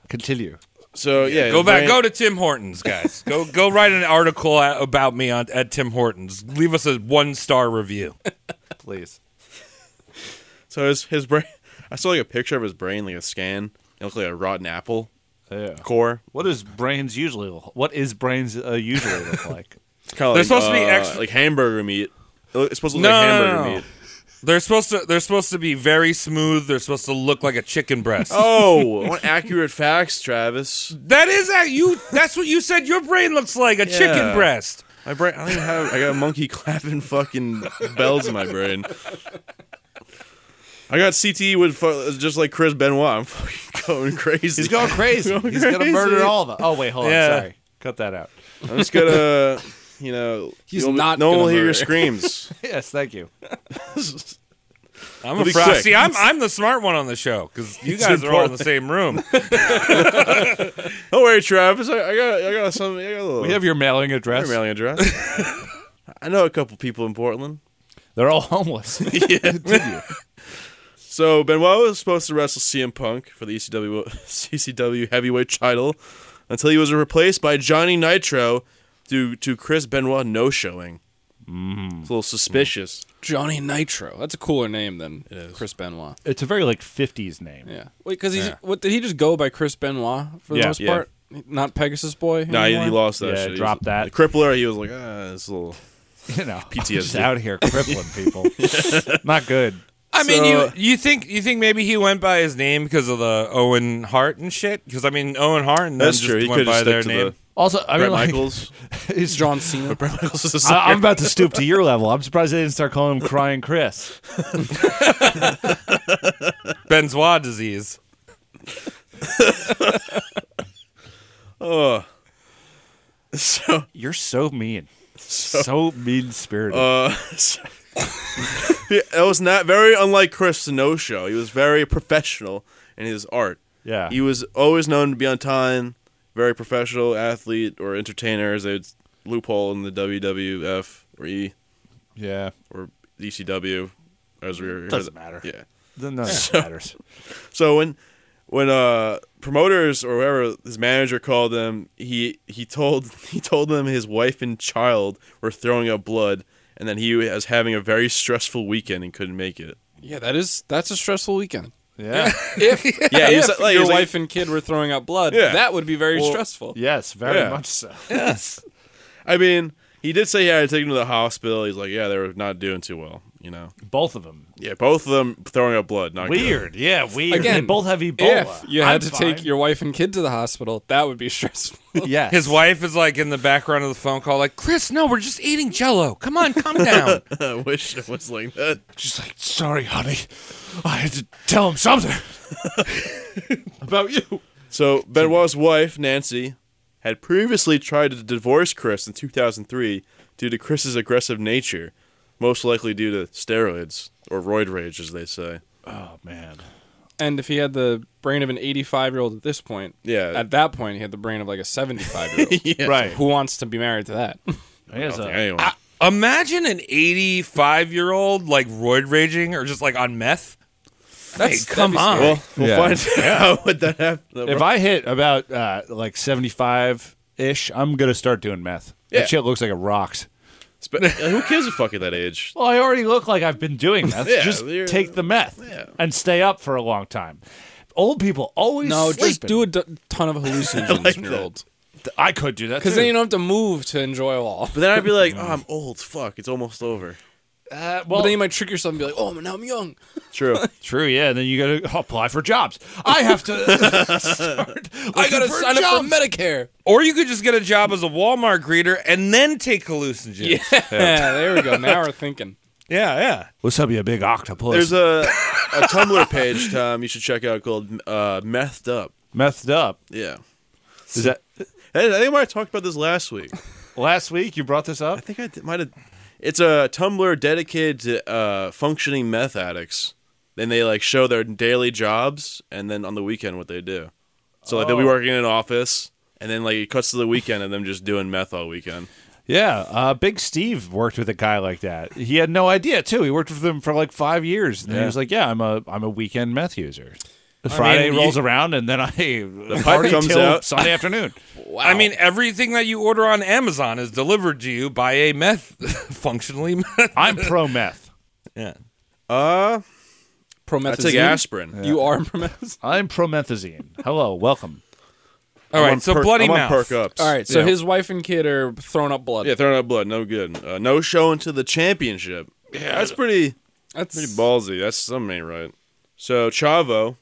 Continue.
yeah,
go
his
back.
brain-
Go to Tim Hortons, guys. go go write an article at, about me on, at Tim Hortons. Leave us a one star review, please.
So his his brain. (laughs) I saw like a picture of his brain, like a scan. It looked like a rotten apple
Yeah.
core.
What is brains usually? look- What is brains uh, usually look like?
It's kind of
They're
like,
supposed to be
uh,
extra-
like hamburger meat. It's supposed to look
No,
like
no,
hamburger
no, no.
meat.
They're supposed to they're supposed to be very smooth. They're supposed to look like a chicken breast.
(laughs) Oh, (laughs) I want accurate facts, Travis.
That is a, you. That's what you said. Your brain looks like a
Yeah.
chicken breast.
My brain. I don't even have. I got monkey (laughs) clapping fucking bells in my brain. I got CTE with fu- just like Chris Benoit. I'm (laughs) fucking going crazy.
He's
(laughs)
going crazy. He's going to murder all of us. Oh, wait, hold
Yeah.
on. Sorry. Cut that out.
I'm just gonna, you
(laughs)
know,
He's
you'll-
not
No one will
gonna
hear your
murder.
screams.
Yes, thank you.
I'm
It'll
a
be
fraud.
quick.
See, I'm I'm the smart one on the show because you guys are all in the same (laughs) room.
Don't worry, Travis. I, I got. I got some. I got a little. (laughs)
We have your mailing
I got
address.
a mailing address.
(laughs)
I know a couple people in Portland.
They're all homeless. (laughs) Continue.
So Benoit was supposed to wrestle CM Punk for the E ECW (laughs) CCW heavyweight title until he was replaced by Johnny Nitro due to Chris Benoit no showing. It's a little suspicious.
Johnny Nitro. That's a cooler name than Chris Benoit.
It's a very like '50s name.
Yeah. Wait, because he's what did he just go by Chris Benoit for the
Yeah.
most
Yeah.
part? Not Pegasus Boy.
No, he, he
anymore?
lost that.
Yeah,
shit. He
drop
was-
that.
The crippler. He was like, ah, it's a little.
You know, I'm just
PTSD.
out here crippling people. Not good.
I mean,
So-
you you think you think maybe he went by his name because of the Owen Hart and shit? Because I mean, Owen Hart and
That's
them
true.
just
He
went
could
by
have
their
stuck to
name.
the
Also, I
(laughs)
Bret
mean, like,
Michaels.
he's
John Cena.
(laughs) Bret Michaels is the
I, am about to stoop to your level. I'm surprised they didn't start calling him Crying Chris.
Benzois disease.
so
You're so mean. So mean spirited.
Uh, (laughs) so- it was not very unlike Chris to no show. He was very professional in his art.
Yeah.
He was always known to be on time, very professional athlete or entertainer, as a loophole in the WWF or E
yeah.
or ECW. As we were,
Doesn't matter.
Yeah.
Then None of that
(laughs)
matters.
So when when uh promoters or whoever his manager called them, he he told (laughs) he told them his wife and child were throwing up blood and then he was having a very stressful weekend and couldn't make it.
Yeah, that is that's a stressful weekend.
Yeah.
(laughs) If
Yeah, he was
if
like- he
your
was like-
wife and kid were throwing out blood,
Yeah.
that would be very stressful.
yes, very
Yeah.
much so.
I mean, he did say he had to take him to the hospital. He's like, yeah, they were not doing too well, you know.
Both of them.
Yeah, both of them throwing up blood. Not good.
Weird. Yeah, weird.
Again,
they both have Ebola.
If you had
I'm
to
fine.
take your wife and kid to the hospital, that would be (laughs) stressful.
Yes.
His wife is like in the background of the phone call, like Chris. No, we're just eating Jello. Come on, calm (laughs) down.
(laughs) I wish it was like that.
She's like, sorry, honey. I had to tell him something (laughs) about you.
So Benoit's wife Nancy had previously tried to divorce Chris in 2003 due to Chris's aggressive nature, most likely due to steroids or roid rage, as they say.
Oh man.
And if he had the brain of an 85 year old at this point,
Yeah.
at that point he had the brain of like a 75 year old.
Right.
Who wants to be married to that?
Anyway,
Imagine an 85 year old like roid raging or just like on meth. That's come on.
well, we'll
Yeah.
find (laughs) out what that happened.
If I hit about uh, like seventy five ish, I'm gonna start doing meth.
Yeah.
That shit looks like it rocks.
who gives a fuck at that age?
Well, I already look like I've been doing (laughs) meth.
Yeah,
just
you're-
take the meth and stay up for a long time. Old people always
No,
sleeping.
just do a d- ton of hallucinogens when you're old.
I could do that
Because
too.
then you don't have to move to enjoy it all.
But then I'd be like, oh, I'm old. Fuck, it's almost over.
Uh,
But
well,
then you might trick yourself and be like, oh, now I'm young.
True. (laughs)
true. Yeah, then you gotta apply for jobs. I have (laughs) to. start
I gotta sign up for
jobs.
Medicare.
Or you could just get a job as a Walmart greeter and then take hallucinogens. Yeah,
Yeah, there we go. Now we're thinking.
yeah.
What's up, you big octopus?
There's a a Tumblr page, Tom. You should check out called uh, "Methed Up."
methed up.
Yeah,
Is that
Hey, I think I might have talked about this last week.
last week you brought this
I
up?
think I did- might have. It's a Tumblr dedicated to uh, functioning meth addicts, and they like show their daily jobs and then on the weekend what they do. So like they'll be working in an office, and then like it cuts to the weekend and them just doing meth all weekend.
Yeah, uh, Big Steve worked with a guy like that. He had no idea too. He worked with him for like five years, and then he was like, "Yeah, I'm a I'm a weekend meth user." Friday rolls around, and then I (laughs) the party
comes
till
out.
Sunday afternoon.
I mean, everything that you order on Amazon is delivered to you by a meth, (laughs) functionally meth.
I'm pro meth.
Yeah.
Uh, I
Promethazine.
take aspirin.
You are promethazine.
I'm promethazine. Hello, welcome.
All right, so bloody
I'm
mouth.
On perk ups.
All right, so
yeah.
his wife and kid are throwing up blood.
yeah, throwing out blood, no good. Uh, no showing to the championship. Yeah, that's pretty.
That's
Pretty ballsy. That's something ain't right. So Chavo,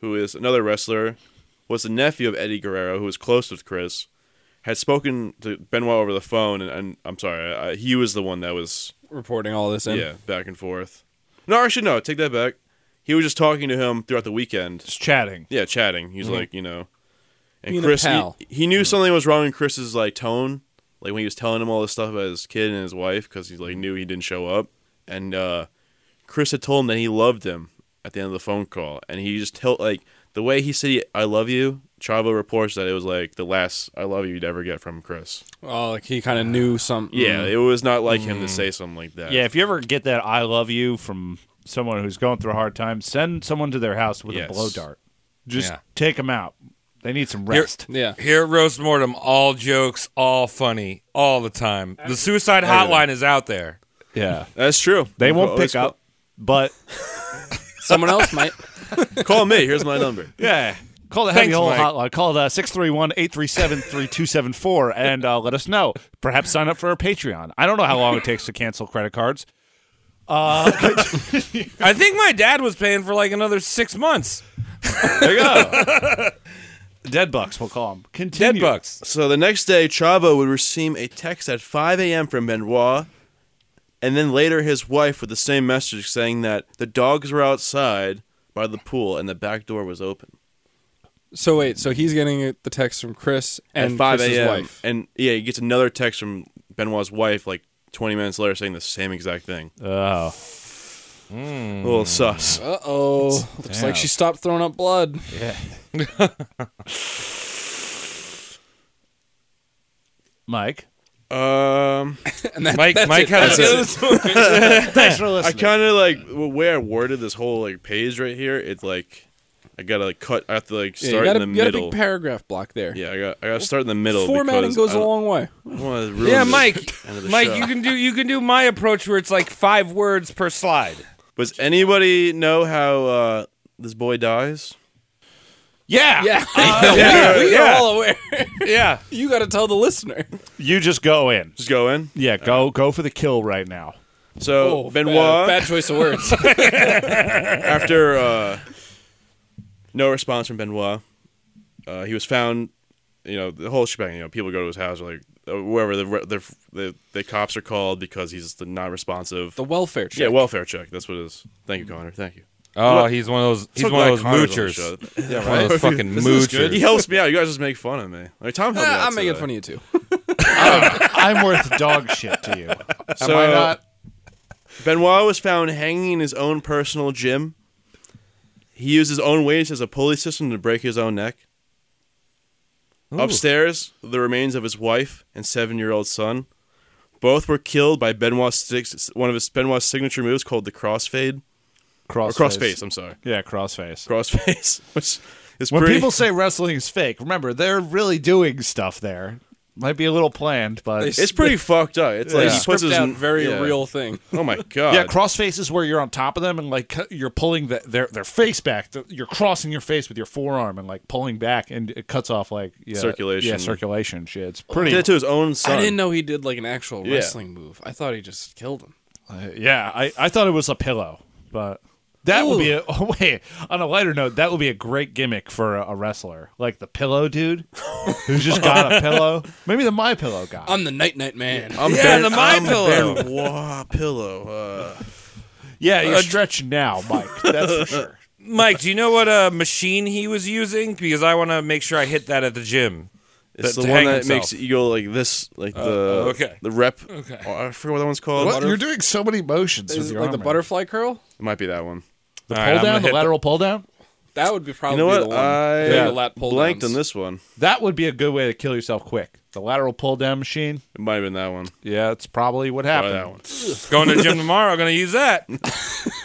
who is another wrestler, was the nephew of Eddie Guerrero, who was close with Chris, had spoken to Benoit over the phone, and, and I'm sorry, I, he was the one that was
reporting all this in.
yeah back and forth. No, actually, no, take that back. He was just talking to him throughout the weekend.
Just chatting.
Yeah, chatting.
Mm-hmm.
He's like, you know, and
Being a
Chris, he-
pal.
He, knew something was wrong in Chris's like tone, like when he was telling him all this stuff about his kid and his wife, because he like
Mm-hmm.
knew he didn't show up, and uh, Chris had told him that he loved him at the end of the phone call, and he just told like the way he said "I love you." Chavo reports that it was like the last "I love you" you'd ever get from Chris.
Oh, like he kind of knew something.
Yeah, it was not like him to say something like that.
Mm-hmm. Yeah, if you ever get that "I love you" from someone who's going through a hard time, send someone to their house with
Yes.
a blow dart. Just
Yeah.
take them out. They need some
Here-
rest.
mm-hmm. Yeah.
Here at Roast Mortem, all jokes, all funny, all the time. The suicide hotline is out there.
yeah,
that's true.
they
You
won't
always
pick up, but
Someone else might.
Call, (laughs) call me. Here's my number.
Yeah. Call the
Thanks,
Heavy Hole
Mike.
hotline. Call the 631-837-3274 and uh, let us know. Perhaps sign up for our Patreon. I don't know how long it takes to cancel credit cards.
I think my dad was paying for like another six months.
There you go. (laughs) Dead bucks, we'll call them. Continue.
Dead bucks.
So the next day, Chavo would receive a text at 5 a.m. from Benoit, and then later his wife with the same message saying that the dogs were outside by the pool and the back door was open
So wait, so he's getting the text from Chris and
at 5
Chris's
a.m.
wife.
And yeah, he gets another text from Benoit's wife like 20 minutes later saying the same exact thing.
Oh.
Mm.
A little sus.
Uh oh, looks like she stopped throwing up blood.
Mike.
Um,
And that,
Mike,
that's
Mike
it.
has a-
That's it.
Thanks for
I
listening.
kind of like the way I worded this whole like page right here. It's like I gotta like cut. I have to like
Yeah,
start
you got, a,
in
you
the
got a
middle.
big paragraph block there.
yeah, I got I gotta start in the middle.
Formatting
because
goes
I
a
don't-
long way.
I don't wanna ruin
Yeah,
the-
Mike.
end of the
Mike,
show.
you can do you can do my approach where it's like five words per slide.
Does anybody know how uh, this boy dies?
yeah.
(laughs) Yeah, yeah, we are all aware.
Yeah.
You got to tell the listener.
You just go in.
Just go in.
Yeah, go go for the kill right now.
So
Oh,
Benoit,
bad (laughs) choice of (laughs) words.
after uh, no response from Benoit, uh, he was found. You know the whole shebang. You know people go to his house, or like uh, wherever the, the the the cops are called because he's (laughs) the non-responsive.
the welfare check.
yeah, welfare check. That's what it is. Thank you, Connor. Thank you.
Oh, he's one of those. He's
so
one of those
glad Connor's on the
moochers.
show.
One
Yeah, (laughs)
of
right.
those fucking
This is good.
moochers.
He helps me out. You guys just make fun of me. Like Tom helped me
Ah,
out
I'm making
today.
fun of you too.
I'm worth dog shit to you.
So,
Am I not?
Benoit was found hanging in his own personal gym. He used his own weights as a pulley system to break his own neck. Upstairs, the remains of his wife and seven-year-old son. Both were killed by Benoit's six, one of his Benoit's signature moves called the crossfade or
Crossface.
crossface. I'm sorry,
Yeah, crossface.
crossface, (laughs) which is
When
pretty.
people say wrestling is fake, remember they're really doing stuff there. Might be a little planned, but
it's pretty fucked up. It's like he puts
Script
his
out very
yeah.
real thing.
Oh my god!
(laughs) yeah, crossface is where you're on top of them and like cut- you're pulling the, their their face back. Th- You're crossing your face with your forearm and like pulling back, and it cuts off like yeah,
Circulation.
Yeah, circulation shit. It's
he
pretty.
did it to his own son.
I didn't know he did like an actual
Yeah.
wrestling move. I thought he just killed him.
Uh, yeah, I, I thought it was a pillow, but that would be a (laughs) oh, wait. On a lighter note, that would be a great gimmick for a, a wrestler, like the pillow dude who's just got a pillow. Maybe the my pillow guy.
I'm the night night man.
I'm
Yeah,
ben,
the My
I'm
Pillow.
Benoit pillow. Uh,
yeah, you're stretching now, Mike. That's for sure.
Mike, do you know what uh, machine he was using? Because I want to make sure I hit that at the gym.
It's
to
the one
hang
that
himself.
makes you go like this, like the
okay.
the rep. Oh, I forget what that one's called.
What? You're doing so many motions
Is
with
it
your
like the
arm.
butterfly curl?
It might be that one.
the
All
pull
right, I'm gonna
down, the
hit
lateral pull down.
That would be
You
probably
know
the
what?
one.
I
Doing the lat pull
blanked
downs.
on this one.
That would be a good way to kill yourself quick. The lateral pull down machine.
It might have been that one.
Yeah, it's probably what
Probably
happened.
that one.
Going to
(laughs)
the gym tomorrow. I'm going to use that.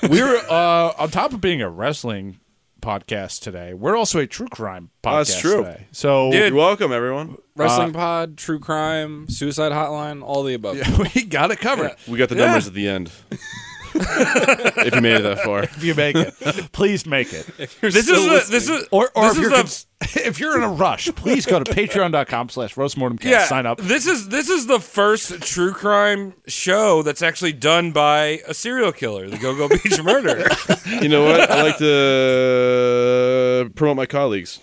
we were uh, on top of being a wrestling podcast today. We're also a true crime podcast.
that's true.
Today. So
You're welcome, everyone.
Wrestling
Uh,
pod, true crime, suicide hotline, all the above.
(laughs) we got it covered.
We got the numbers at the end. if you made it that far,
If you make it,
(laughs)
please make it.
This is a, this is
Or, or if,
this is
you're
a-
cons- (laughs) if you're in a rush, please go to
(laughs)
patreon.com slash roastmortemcast.
yeah,
Sign up.
This is this is the first true crime show that's actually done by a serial killer, the Go
(laughs)
Go Beach Murder.
you know what? I like to uh, promote my colleagues.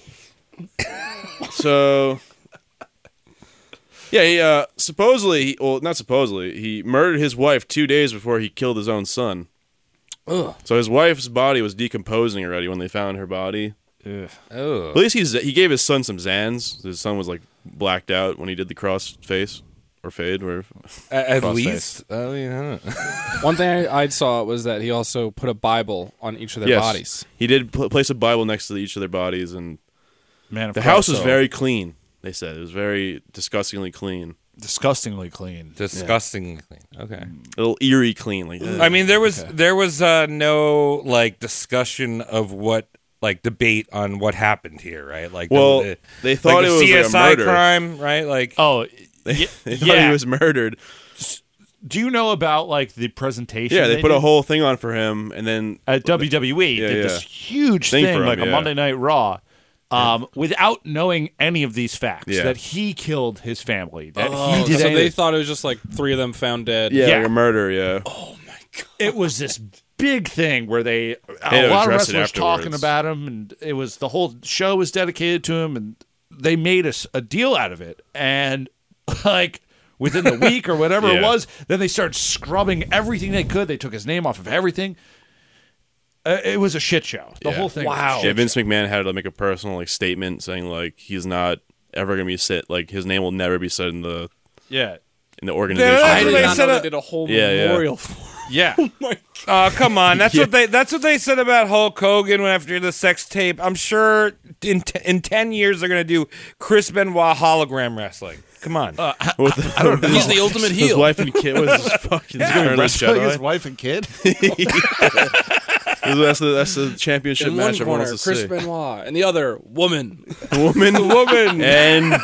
So, yeah, he, uh, supposedly, he, well, not supposedly, he murdered his wife two days before he killed his own son.
Ugh.
So his wife's body was decomposing already when they found her body.
oh,
At least he's, he gave his son some Zans. His son was like blacked out when he did the cross face or fade. Or
at, at
Crossface.
least oh, I mean, I don't know.
One thing I, I saw was that he also put a Bible on each of their
yes,
bodies.
he did pl- place a Bible next to each of their bodies, and
Man, of
the
course,
house was
so
very clean. They said it was very disgustingly clean,
disgustingly clean.
disgustingly clean. Okay.
a little eerie clean. Like
I mean, there was there was uh, no like discussion of what like debate on what happened here, right? Like,
Well,
the, the-
they thought
like
it
the
was like,
CSI
a murder.
crime, right? Like,
Oh,
(laughs) they thought
Yeah.
he was murdered.
do you know about like the presentation?
Yeah, they, put
did?
a whole thing on for him, and then
at WWE
Yeah,
did
yeah.
this huge
Thing
thing,
for him,
like a
yeah.
Monday Night Raw, um, without knowing any of these facts
Yeah. Oh,
that he killed his family, that he did.
Oh, so
any-
they thought it was just like three of them found dead.
yeah, Oh,
Yeah.
like a murder. Yeah,
(laughs) it was this big thing where they
had
a
to
lot of
address it
wrestlers talking
afterwards.
about him, and it was the whole show was dedicated to him, and they made us a deal out of it, and (laughs) like. Within the week or whatever it
(laughs) Yeah.
was, then they started scrubbing everything they could. They took his name off of everything. Uh, it was a shit show. The
Yeah.
whole thing. Wow.
yeah. Vince McMahon had to make a personal like statement saying like he's not ever gonna be said like his name will never be said in the
Yeah.
in the organization.
I did
They
not
set
know they
up-
did a whole
Yeah, yeah.
memorial for him.
(laughs) Yeah.
oh, come on, that's what they that's what they said about Hulk Hogan when after the sex tape. I'm sure in t- in ten years they're gonna do Chris Benoit hologram wrestling. Come on,
Uh,
What the-
He's
Oh,
the ultimate
his
heel.
wife and kid was (laughs) his fucking yeah,
his
(laughs)
wife and kid.
That's the, that's the championship
In one
match everyone
corner,
wants to
Chris
see.
Benoit, and the other woman.
woman, (laughs) woman, and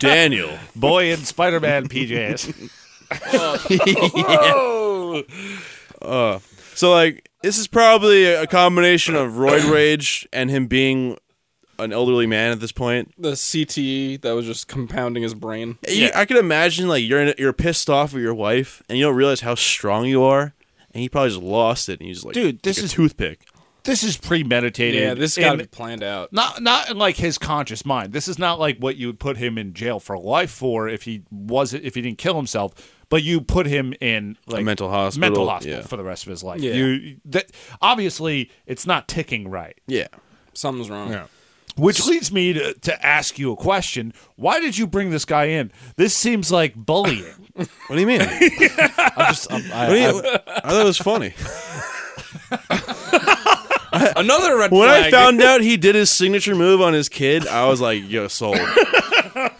Daniel.
Boy in Spider Man PJs.
(laughs) Uh, So like, this is probably a combination
(coughs)
of roid rage and him being an elderly man at this point.
the CTE that was just compounding his brain.
You- I can imagine like you're in, you're pissed off with your wife and you don't realize how strong you are, and he probably just lost it and he's like,
Dude, this
took
is-
a toothpick.
This is premeditated.
Yeah, this got to
in-
be planned out.
not not in like his conscious mind. This is not like what you would put him in jail for life for if he was not if he didn't kill himself. but you put him in like
mental hospital,
mental hospital
yeah.
for the rest of his life.
Yeah.
You that obviously it's not ticking right.
Yeah.
Something's wrong.
Which leads me to, to ask you a question. Why did you bring this guy in? This seems like bullying.
What do
(laughs)
you mean?
I'm just, I'm, I,
What do you- I thought it
(laughs)
was funny.
Another red
When I
flag.
found out he did his signature move on his kid, I was like,
(laughs)
yo, sold.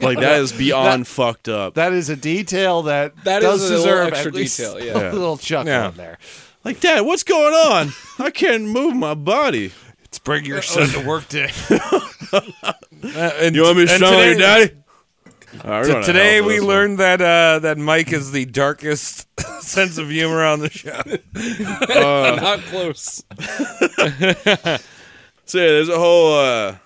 like, that is beyond fucked up.
that is a detail that,
That
does
is a little
deserve
extra
at least
detail, yeah.
a little chuckle
Yeah.
in there.
like, Dad, what's going on? I can't move my body.
It's bring your son to work
(laughs)
day.
Uh, and
You want me to
and
show
today-
your daddy? All right,
t-
we're on a
today
hell of a
we
this one.
learned that uh, that Mike is the darkest (laughs) sense of humor on the
(laughs)
show.
Not close.
So yeah, there's a whole. uh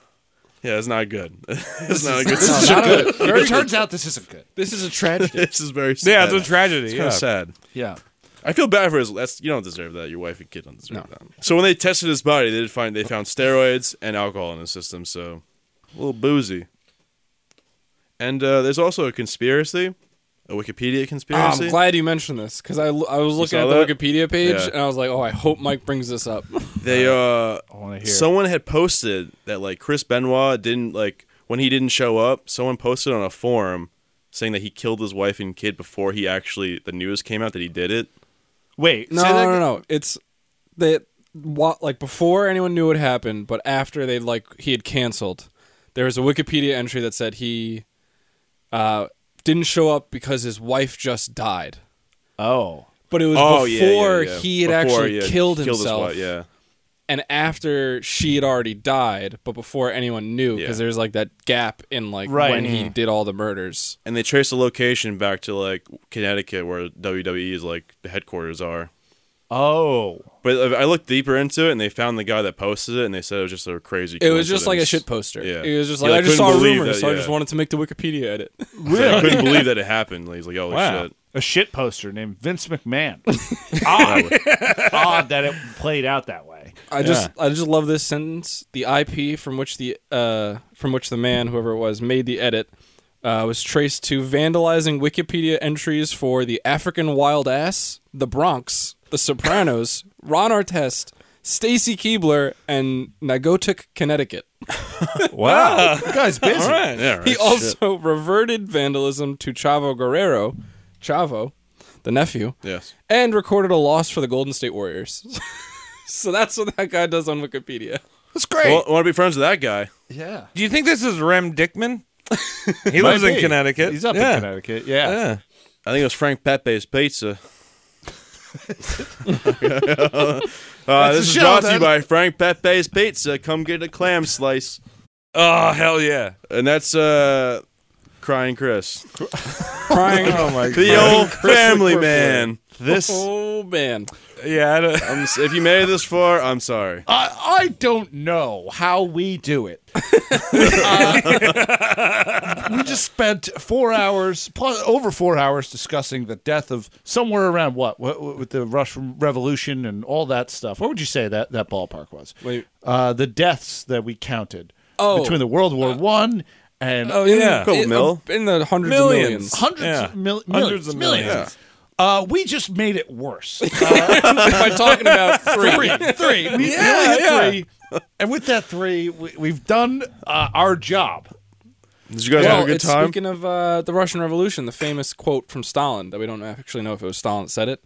Yeah, it's not good. (laughs) it's not a good. This,
Not good. It turns out this isn't good.
This is a tragedy.
(laughs) is very. Sad.
Yeah, it's a tragedy.
It's
yeah.
kind of sad.
Yeah.
I feel bad for his. That's you don't deserve that. Your wife and kid don't deserve that. So when they tested his body, they did find they found steroids and alcohol in his system. So a little boozy. And uh, there's also a conspiracy, a Wikipedia
Ah,
conspiracy.
I'm glad you mentioned this because I, l- I was looking
saw
at the
that?
Wikipedia page
Yeah.
and I was like, oh, I hope Mike brings this up.
they uh,
I want to hear.
someone had posted that like Chris Benoit didn't like when he didn't show up. Someone posted on a forum saying that he killed his wife and kid before he actually the news came out that he did it.
Wait.
No,
say that
no, no,
again.
no. It's that wa- like before anyone knew what happened, but after they like he had canceled, there was a Wikipedia entry that said he uh, didn't show up because his wife just died.
Oh.
But it was before
yeah, yeah, yeah.
he had
Before,
actually
yeah,
killed
his
himself,
wife, yeah,
and after she had already died, but before anyone knew, because
Yeah. Mm-hmm.
there's like that gap in like
Right.
when he did all the murders.
and they traced the location back to like Connecticut, where WWE is like the headquarters are.
Oh.
But I I looked deeper into it, and they found the guy that posted it, and they said it was just a crazy.
It was just like a shit poster.
coincidence. Yeah.
It was just
Yeah,
like
I
I just
couldn't
saw a
believe
rumor,
that,
so I
yeah.
just wanted to make the Wikipedia edit.
So
(laughs)
I couldn't believe that it happened. Like, he's like, "Holy
Wow.
shit!"
A shit poster named Vince McMahon. odd. odd that it played out that way.
I just I just love this sentence. The IP from which the uh, from which the man, whoever it was, made the edit uh, was traced to vandalizing Wikipedia entries for the African Wild Ass, the Bronx, the Sopranos, Ron Artest, Stacy Keebler, and Nagotic, Connecticut.
Wow. the guy's busy.
Yeah, right.
He also reverted vandalism to Chavo Guerrero, Chavo, the nephew,
yes.
and recorded a loss for the Golden State Warriors. (laughs) so that's what that guy does on Wikipedia.
That's great.
Well, want to be friends with that guy?
yeah.
Do you think this is Rem Dickman? He lives in
be.
Connecticut.
He's up
yeah. Uh,
in Connecticut. Yeah.
Yeah.
I think it was Frank Pepe's Pizza. (laughs) uh, this
a
is
show,
brought to you
man.
by Frank Pepe's Pizza. Come get a clam slice,
Oh hell yeah!
and that's uh, crying Chris,
Crying.
Oh my
the
god!
old family man.
This
Oh man,
Yeah, I (laughs) don't-
I'm, s- if you made it this far, I'm sorry.
I, I don't know how we do
(laughs)
it. Uh, we just spent four hours, plus over four hours, discussing the death of somewhere around what, what, what with the Russian Revolution and all that stuff. What would you say that that ballpark was?
Wait.
uh, the deaths that we counted
Oh.
between the World War One and
Uh. oh yeah.
Couple mil.
in the hundreds
Millions.
of millions. (laughs)
hundreds,
Yeah.
of mil- millions,
Hundreds of millions.
Uh, we just made it worse.
By talking about three,
three. We we
Yeah,
only had
yeah.
three. And with that three, we, we've done uh, our job.
Did you guys
well,
have a good
it's
time?
speaking of uh, the Russian Revolution, the famous quote from Stalin that we don't actually know if it was Stalin that said it.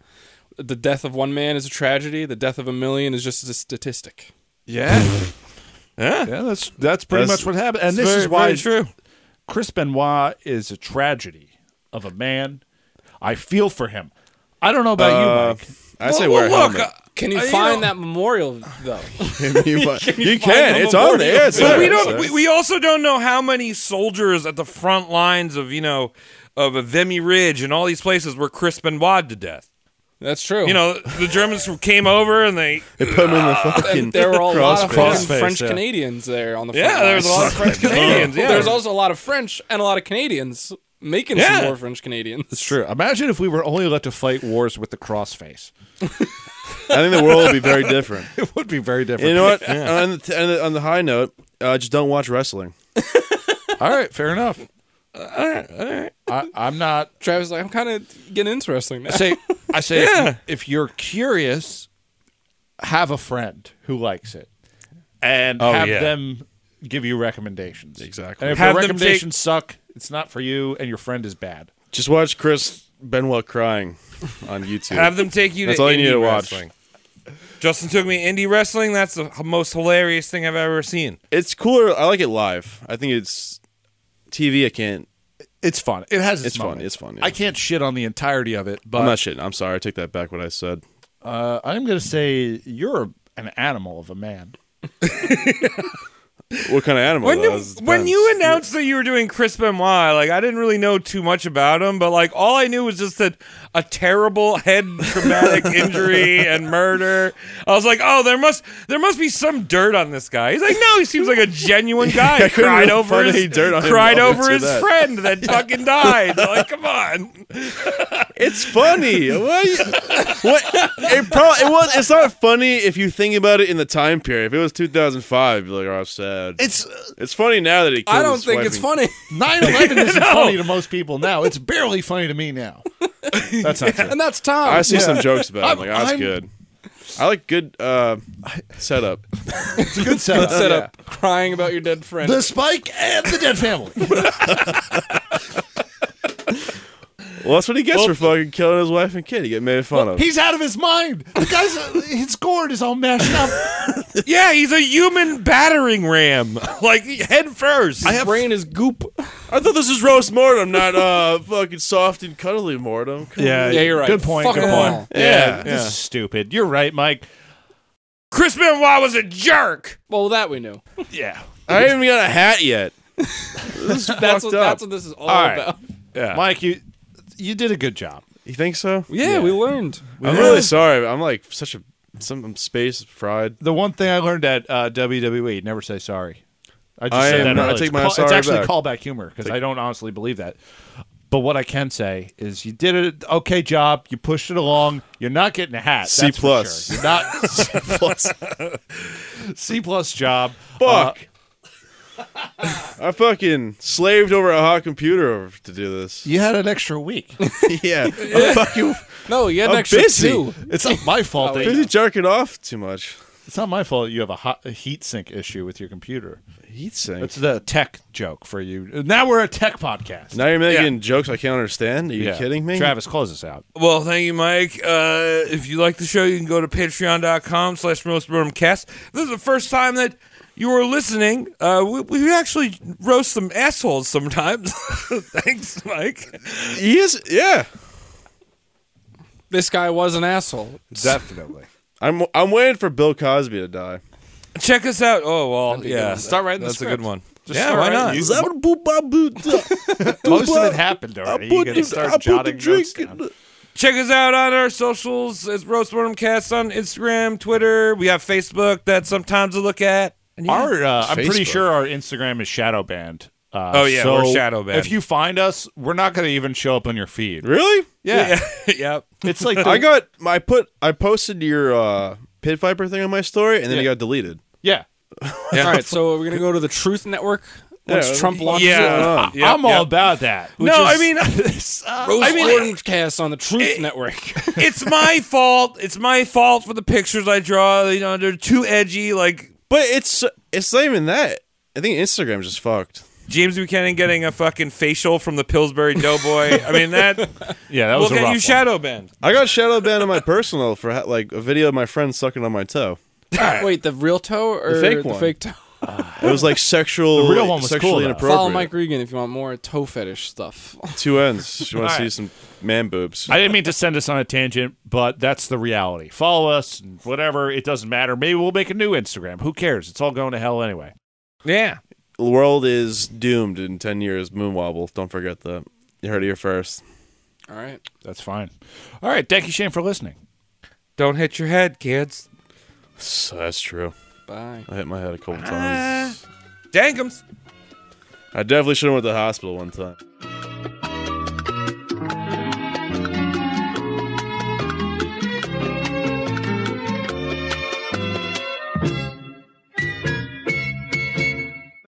The death of one man is a tragedy. The death of a million is just a statistic.
Yeah. yeah. that's that's pretty much
That's-
what happened. And this
very,
is why
very true.
Chris Benoit is a tragedy of a man. I feel for him. I don't know about you, Mike.
I say wear a
uh,
(laughs) helmet.
Can you find that memorial though?
you, fi- you can. It's on there. Yeah, it's
But
there.
we
So-
don't. We, we also don't know how many soldiers at the front lines of you know of a Vimy Ridge and all these places were Chris Benoit to death.
That's true.
You know, the Germans who came over and they
they put him in the fucking.
there were a lot of
crossface.
fucking French Canadians there on the front
yeah, there was a lot of French Canadians.
Oh.
Yeah,
There's also a lot of French and a lot of Canadians making
Yeah.
some more French Canadians. (laughs)
It's true. Imagine if we were only let to fight wars with the crossface. (laughs)
I think the world would be very different.
(laughs)
It would be very different.
You know what? On, the, on the- on the high note, uh, just don't watch wrestling.
All right, fair enough.
all right, all right.
I, I'm not.
Travis, like, I'm kind of getting into wrestling now.
I say, I say, if-
Yeah.
if, you're curious, have a friend who likes it, and
Oh,
have
yeah.
them give you recommendations. Exactly. And if
Have
your
them
recommendations suck, it's not for you, and your friend is bad.
Just watch Chris Benoit crying on YouTube.
Have them take you
That's
to
all
indie
you need to watch.
wrestling. Justin took me indie wrestling. That's the h- most hilarious thing I've ever seen.
It's cooler. I like it live. I think it's TV. I can't.
It's fun. It has its,
It's fun.
moments.
It's fun, yeah.
I can't shit on the entirety of it, but
I'm not shitting. I'm sorry. I take that back. What I said.
uh, I'm going to say you're an animal of a man.
What kind of animal?
When
though?
you,
It
when
depends.
you announced that you were doing Chris Benoit, like I didn't really know too much about him, but like all I knew was just that a terrible head
(laughs)
traumatic injury and murder. I was like, oh, there must there must be some dirt on this guy. He's like, no, he seems like a
(laughs)
genuine guy. He
couldn't
cried
really
over
find
his
any dirt on him
cried
up
over
to
his
that.
friend
(laughs)
that fucking died. Like, come on. (laughs)
It's funny. what? you- what- It probably it was. It's not funny if you think about it in the time period. If it was 2005, you're like, oh, sad.
It's
It's funny now that he. Killed
I don't
his
think
wife
it's
and-
funny. (laughs)
9 (laughs) 11 isn't funny to most people now. It's barely funny to me now. That's not true.
And that's Tom.
I see some jokes about. It. I'm
I'm-
like, oh, that's
I'm-
good. I like good uh, setup. (laughs)
It's a good setup.
set up crying about your dead friend.
The Spike and the Dead Family.
Well, that's what he gets for fucking killing his wife and kid. He get made fun of.
He's out of his mind. The guy's uh, his gourd is all mashed up.
Yeah, he's a human battering ram, (laughs) like head first.
His brain is goop.
I thought this was roast mortem, not uh fucking soft and cuddly mortem. Come
Yeah, you're right.
Good point.
Fuck
good
them
point.
all.
Yeah, this is stupid. You're right, Mike.
Chris Benoit was a jerk.
Well, that we knew.
Yeah.
on. I haven't even got a hat yet. (laughs) This is
That's what,
fucked up.
that's what this is all,
All right.
about.
Mike, you you did a good job.
you think so?
Yeah, we learned.
I'm really sorry. but I'm like such a some I'm space fried.
The one thing I learned at uh, WWE: never say sorry. I
I am not- I
earlier.
take
It's
my
call- It's
sorry
actually
back.
callback humor because I don't honestly believe that. But what I can say is you did an okay job. You pushed it along. You're not getting a hat.
C
that's for
plus.
sure. You're not C plus. (laughs) C plus job. Uh,
Fuck. Uh-huh. I fucking slaved over a hot computer to do this.
you had an extra week.
(laughs)
(laughs)
Yeah, (laughs) I'm fucking
No, you had an
I'm
extra
busy.
two.
It's not my
(laughs) Oh,
fault. that
busy jerking off too much.
It's not my fault you have a, hot, a heat sink issue with your computer.
Heat sink.
That's the tech joke for you. Now we're a tech podcast.
now you're making jokes I can't understand. Are you kidding me?
Travis, close us out.
Well, thank you, Mike. Uh, if you like the show, you can go to patreon.com slash roast cast. This is the first time that you were listening. Uh, we, we actually roast some assholes sometimes. (laughs) Thanks, Mike.
He is. Yeah.
This guy was an asshole.
Definitely.
I'm I'm waiting for Bill Cosby to die.
Check us out. Oh, well, yeah.
Start writing the
That's a
script.
good one. yeah, why not?
(laughs)
(laughs)
Most of it happened already. You gotta start jotting notes down.
Check us out on our socials. It's Roast Cast on Instagram, Twitter. We have Facebook that sometimes I look at. And yeah.
Our, uh, I'm pretty
Facebook.
sure our Instagram is shadow banned. Uh,
Oh, yeah,
so
we're shadow banned.
If you find us, we're not going to even show up on your feed.
Really?
(laughs)
yeah. (laughs) yep.
It's like
I got I put I posted your uh pit viper thing on my story and then it got deleted.
yeah.
All right, so we're going to go to the Truth Network once
Yeah,
Trump launches it.
(laughs) Yeah. Yep,
I'm all
yep.
about that. which
No,
is-
I mean, (laughs)
Rose
I mean-
Orange cast on the Truth Network.
it's my fault. It's my fault for the pictures I draw. You know, they're too edgy. Like
But it's it's not even that. I think Instagram's just fucked.
James Buchanan getting a fucking facial from the Pillsbury Doughboy. I mean, that,
yeah, that was
look
a
at
rough
you,
one.
shadow banned.
I got shadow banned on my personal for ha- like a video of my friend sucking on my toe.
Wait, the real toe or
The fake one.
fake toe?
It was like sexual.
The real one was
sexually
cool, though.
inappropriate.
Follow Mike Regan if you want more toe fetish stuff.
Two ends. You want to
All
see
right.
some man boobs?
I didn't mean to send us on a tangent, but that's the reality. Follow us, and whatever. It doesn't matter. Maybe we'll make a new Instagram. Who cares? It's all going to hell anyway.
Yeah.
the world is doomed in ten years. Moonwobble. Don't forget that. You heard it here first.
All right.
That's fine. All right. Thank you, Shane, for listening.
Don't hit your head, kids.
So that's true.
Bye.
I hit my head a couple times.
Dankums.
I definitely should have went to the hospital one time.